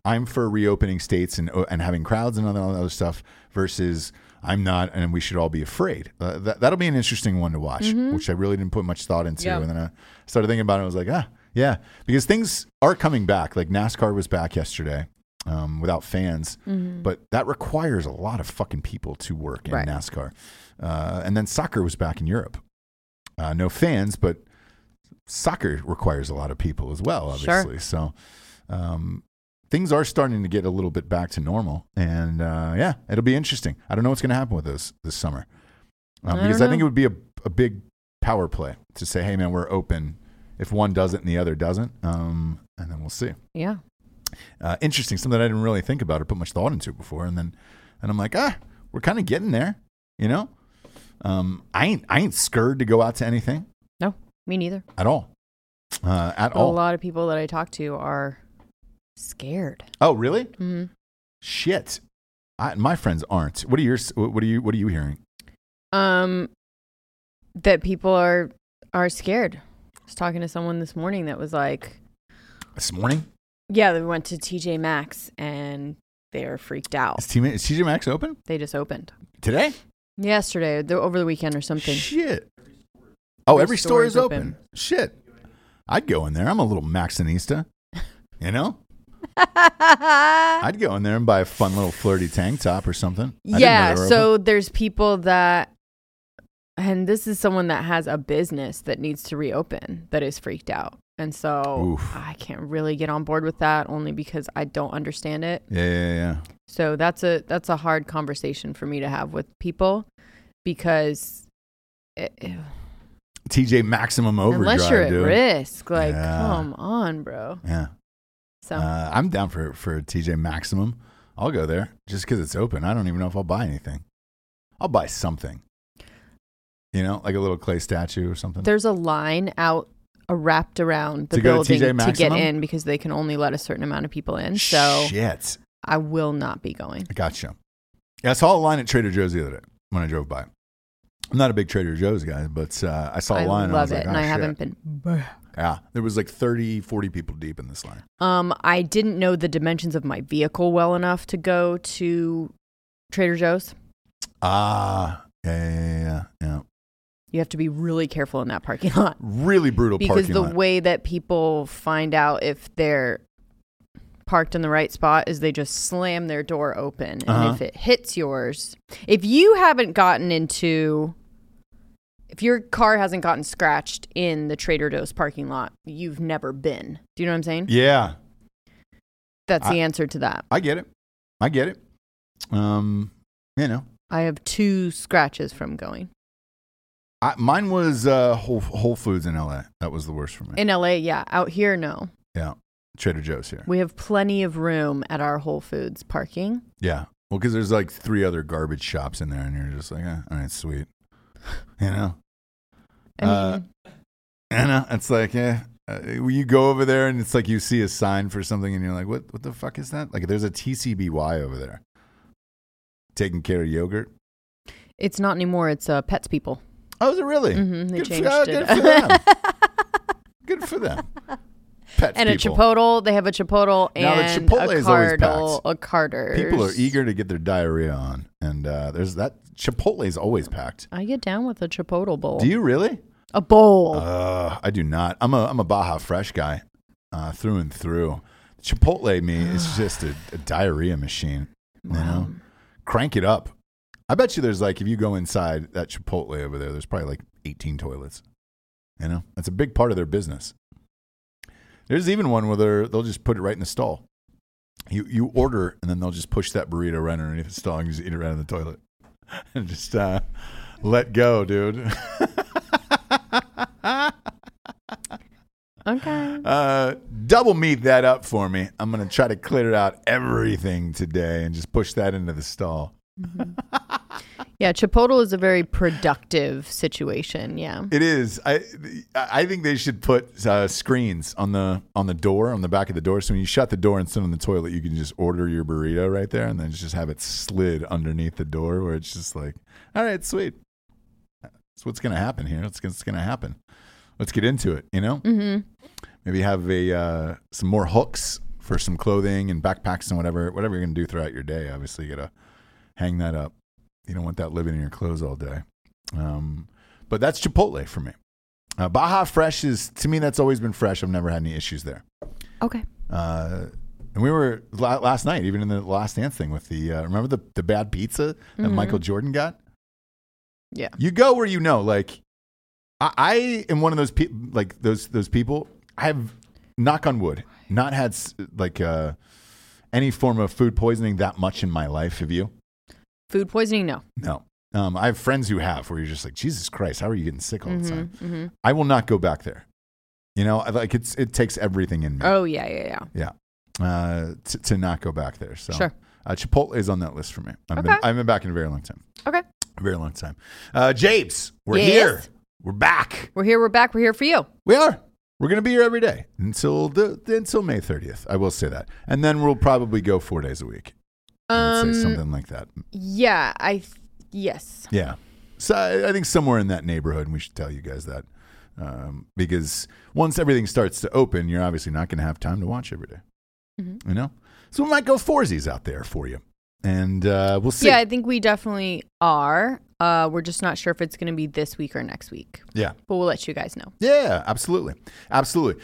Speaker 1: I'm for reopening states and uh, and having crowds and all that other stuff versus I'm not, and we should all be afraid. Uh, that, that'll be an interesting one to watch, which I really didn't put much thought into.
Speaker 2: Yeah.
Speaker 1: And then I started thinking about it. I was like, ah, yeah, because things are coming back. Like NASCAR was back yesterday um, without fans, but that requires a lot of fucking people to work in
Speaker 2: Mm. Right.
Speaker 1: NASCAR. Uh, and then soccer was back in Europe. Uh, no fans, but soccer requires a lot of people as well,
Speaker 2: Sure.
Speaker 1: obviously. So um, things are starting to get a little bit back to normal, and uh, yeah, it'll be interesting. I don't know what's going to happen with this this summer um,
Speaker 2: I
Speaker 1: because
Speaker 2: don't
Speaker 1: I think it
Speaker 2: know.
Speaker 1: would be a, a big power play to say, "Hey, man, we're open." If one does it and the other doesn't, um, and then we'll see.
Speaker 2: Yeah.
Speaker 1: Uh, interesting, something I didn't really think about or put much thought into before, and then and I'm like, ah, we're kind of getting there, you know. Um, I ain't I ain't scared to go out to anything
Speaker 2: No, me neither.
Speaker 1: at all, uh, at
Speaker 2: A
Speaker 1: all.
Speaker 2: lot of people that I talk to are scared.
Speaker 1: Oh, really?
Speaker 2: Mhm.
Speaker 1: Shit. I, my friends aren't. What are your What are you What are you hearing?
Speaker 2: um that people are are scared. I was talking to someone this morning that was like,
Speaker 1: This morning,
Speaker 2: yeah, they went to TJ Maxx and they're freaked out.
Speaker 1: is TJ, is TJ Maxx open
Speaker 2: They just opened
Speaker 1: today?
Speaker 2: yesterday, the, over the weekend or something.
Speaker 1: Shit. Oh, every,
Speaker 2: Every
Speaker 1: store,
Speaker 2: store
Speaker 1: is
Speaker 2: is
Speaker 1: open.
Speaker 2: open.
Speaker 1: Shit. I'd go in there. I'm a little Maxinista. You know, I'd go in there and buy a fun little flirty tank top or something. I didn't know
Speaker 2: yeah,
Speaker 1: they were
Speaker 2: so there's people that and this is someone that has a business that needs to reopen that is freaked out. And so
Speaker 1: Oof.
Speaker 2: I can't really get on board with that only because I don't understand it.
Speaker 1: open. yeah, yeah, yeah.
Speaker 2: So that's a that's a hard conversation for me to have with people because it,
Speaker 1: TJ Maximum Overdrive.
Speaker 2: unless you're at
Speaker 1: dude.
Speaker 2: risk, like
Speaker 1: Yeah.
Speaker 2: come on, bro.
Speaker 1: Yeah.
Speaker 2: So
Speaker 1: Uh, I'm down for for TJ Maximum. I'll go there just because it's open. I don't even know if I'll buy anything. I'll buy something. You know, like a little clay statue or something.
Speaker 2: there's a line out uh, wrapped around the
Speaker 1: To go to
Speaker 2: building
Speaker 1: TJ
Speaker 2: to get
Speaker 1: Maximum?
Speaker 2: in because they can only let a certain amount of people in. So
Speaker 1: shit,
Speaker 2: I will not be going.
Speaker 1: I gotcha. Yeah, I saw a line at Trader Joe's the other day when I drove by. I'm not a big Trader Joe's guy, but uh, I saw a
Speaker 2: I
Speaker 1: line. and
Speaker 2: love
Speaker 1: I was
Speaker 2: it,
Speaker 1: like,
Speaker 2: and
Speaker 1: "Oh,
Speaker 2: I
Speaker 1: shit."
Speaker 2: haven't been.
Speaker 1: Yeah, there was like 30, 40 people deep in this line.
Speaker 2: Um, I didn't know the dimensions of my vehicle well enough to go to Trader Joe's.
Speaker 1: Ah, yeah, yeah, yeah, yeah, yeah.
Speaker 2: You have to be really careful in that parking lot.
Speaker 1: Really brutal
Speaker 2: because
Speaker 1: parking
Speaker 2: the
Speaker 1: lot.
Speaker 2: way that people find out if they're parked in the right spot is they just slam their door open and
Speaker 1: Uh-huh.
Speaker 2: if it hits yours if you haven't gotten into if your car hasn't gotten scratched in the trader joe's parking lot you've never been do you know what i'm saying
Speaker 1: yeah,
Speaker 2: that's
Speaker 1: I-
Speaker 2: the answer to that
Speaker 1: I get it. I get it. Um, you know,
Speaker 2: i have two scratches from going
Speaker 1: I, mine was uh, Whole, Whole Foods in LA. That was the worst for me.
Speaker 2: in la yeah out here no
Speaker 1: yeah, Trader Joe's here.
Speaker 2: we have plenty of room at our whole foods parking
Speaker 1: Yeah, well, because there's like three other garbage shops in there, and you're just like, eh, all right, sweet. You know,
Speaker 2: i
Speaker 1: Uh,
Speaker 2: mean
Speaker 1: Anna, it's like, yeah. Uh, you go over there and it's like you see a sign for something and you're like, what, what the fuck is that? Like, there's a TCBY over there. Taking care of yogurt.
Speaker 2: It's not anymore. It's uh, Pets People.
Speaker 1: Oh, is it really?
Speaker 2: Mhm, they
Speaker 1: good
Speaker 2: changed
Speaker 1: for, oh,
Speaker 2: it.
Speaker 1: Good for them. good for them. Pets
Speaker 2: and
Speaker 1: people.
Speaker 2: a Chipotle. They have a Chipotle
Speaker 1: Now, the
Speaker 2: and
Speaker 1: Chipotle
Speaker 2: a
Speaker 1: is always
Speaker 2: Cardle. A Carter.
Speaker 1: People are eager to get their diarrhea on, and uh, there's that Chipotle is always packed.
Speaker 2: I get down with a Chipotle bowl.
Speaker 1: Do you really?
Speaker 2: a bowl.
Speaker 1: Uh, I do not. I'm a I'm a Baja Fresh guy, uh, through and through. Chipotle me is just a, a diarrhea machine. You know, crank it up. I bet you there's like if you go inside that Chipotle over there, there's probably like 18 toilets. You know, that's a big part of their business. There's even one where they're, they'll just put it right in the stall. You you order and then they'll just push that burrito right underneath the stall and you just eat it right in the toilet and just uh, let go, dude.
Speaker 2: okay.
Speaker 1: Uh, double meat that up for me. I'm gonna try to clear out everything today and just push that into the stall.
Speaker 2: Yeah, Chipotle is a very productive situation. Yeah.
Speaker 1: It is. I I think they should put uh, screens on the on the door on the back of the door. So when you shut the door and sit on the toilet, you can just order your burrito right there, and then just have it slid underneath the door, where it's just like, all right, sweet. That's what's gonna happen here. That's what's gonna happen. Let's get into it. You know. Mm-hmm. Maybe have a uh, some more hooks for some clothing and backpacks and whatever whatever you're gonna do throughout your day. Obviously, you gotta hang that up. You don't want that living in your clothes all day. Um, but that's Chipotle for me. Uh, Baja Fresh is to me that's always been fresh. I've never had any issues there.
Speaker 2: Okay.
Speaker 1: Uh, and we were la- last night, even in the last dance thing with the uh, remember the the bad pizza that Michael Jordan got.
Speaker 2: Mm-hmm. Yeah.
Speaker 1: you go where you know. Like I, I am one of those people. Like those those people. I've knock on wood not had s- like uh, any form of food poisoning that much in my life. Have you?
Speaker 2: Mm-hmm. Food poisoning? No.
Speaker 1: No. Um, I have friends who have, where you're just like, Jesus Christ, how are you getting sick all the
Speaker 2: Mm-hmm.
Speaker 1: time? I will not go back there. You know, I- like it's it takes everything in me,
Speaker 2: Oh yeah, yeah, yeah.
Speaker 1: yeah, uh, to, to not go back there. So,
Speaker 2: Sure.
Speaker 1: uh, Chipotle is on that list for me. I've been,
Speaker 2: Okay.
Speaker 1: I've been back in a very long time,
Speaker 2: Okay.
Speaker 1: a very long time. Uh, Japes, we're
Speaker 2: Yes?
Speaker 1: here, we're back,
Speaker 2: We're here. We're back. We're here for you.
Speaker 1: we are. We're gonna be here every day until the until May thirtieth. I will say that, and then we'll probably go four days a week. I would say
Speaker 2: Um.
Speaker 1: something like that.
Speaker 2: Yeah. I. Th- yes.
Speaker 1: Yeah. So I, I think somewhere in that neighborhood, and we should tell you guys that. Um, because once everything starts to open, you're obviously not going to have time to watch every day. You know? So we might go foursies out there for you. And uh, we'll see.
Speaker 2: Yeah, I think we definitely are. Uh, we're just not sure if it's going to be this week or next week,
Speaker 1: Yeah.
Speaker 2: but we'll let you guys know.
Speaker 1: Yeah, absolutely. Absolutely.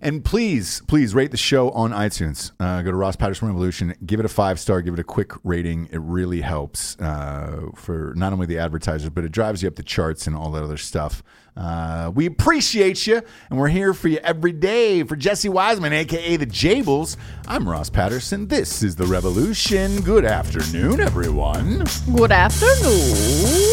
Speaker 1: And please, please rate the show on iTunes. Uh, go to Ross Patterson Revolution, give it a five star, give it a quick rating. It really helps uh, for not only the advertisers, but it drives you up the charts and all that other stuff. Uh, we appreciate you, and we're here for you every day. For Jesse Wiseman, aka the Jables, I'm Ross Patterson. This is the Revolution. Good afternoon, everyone.
Speaker 2: Good afternoon.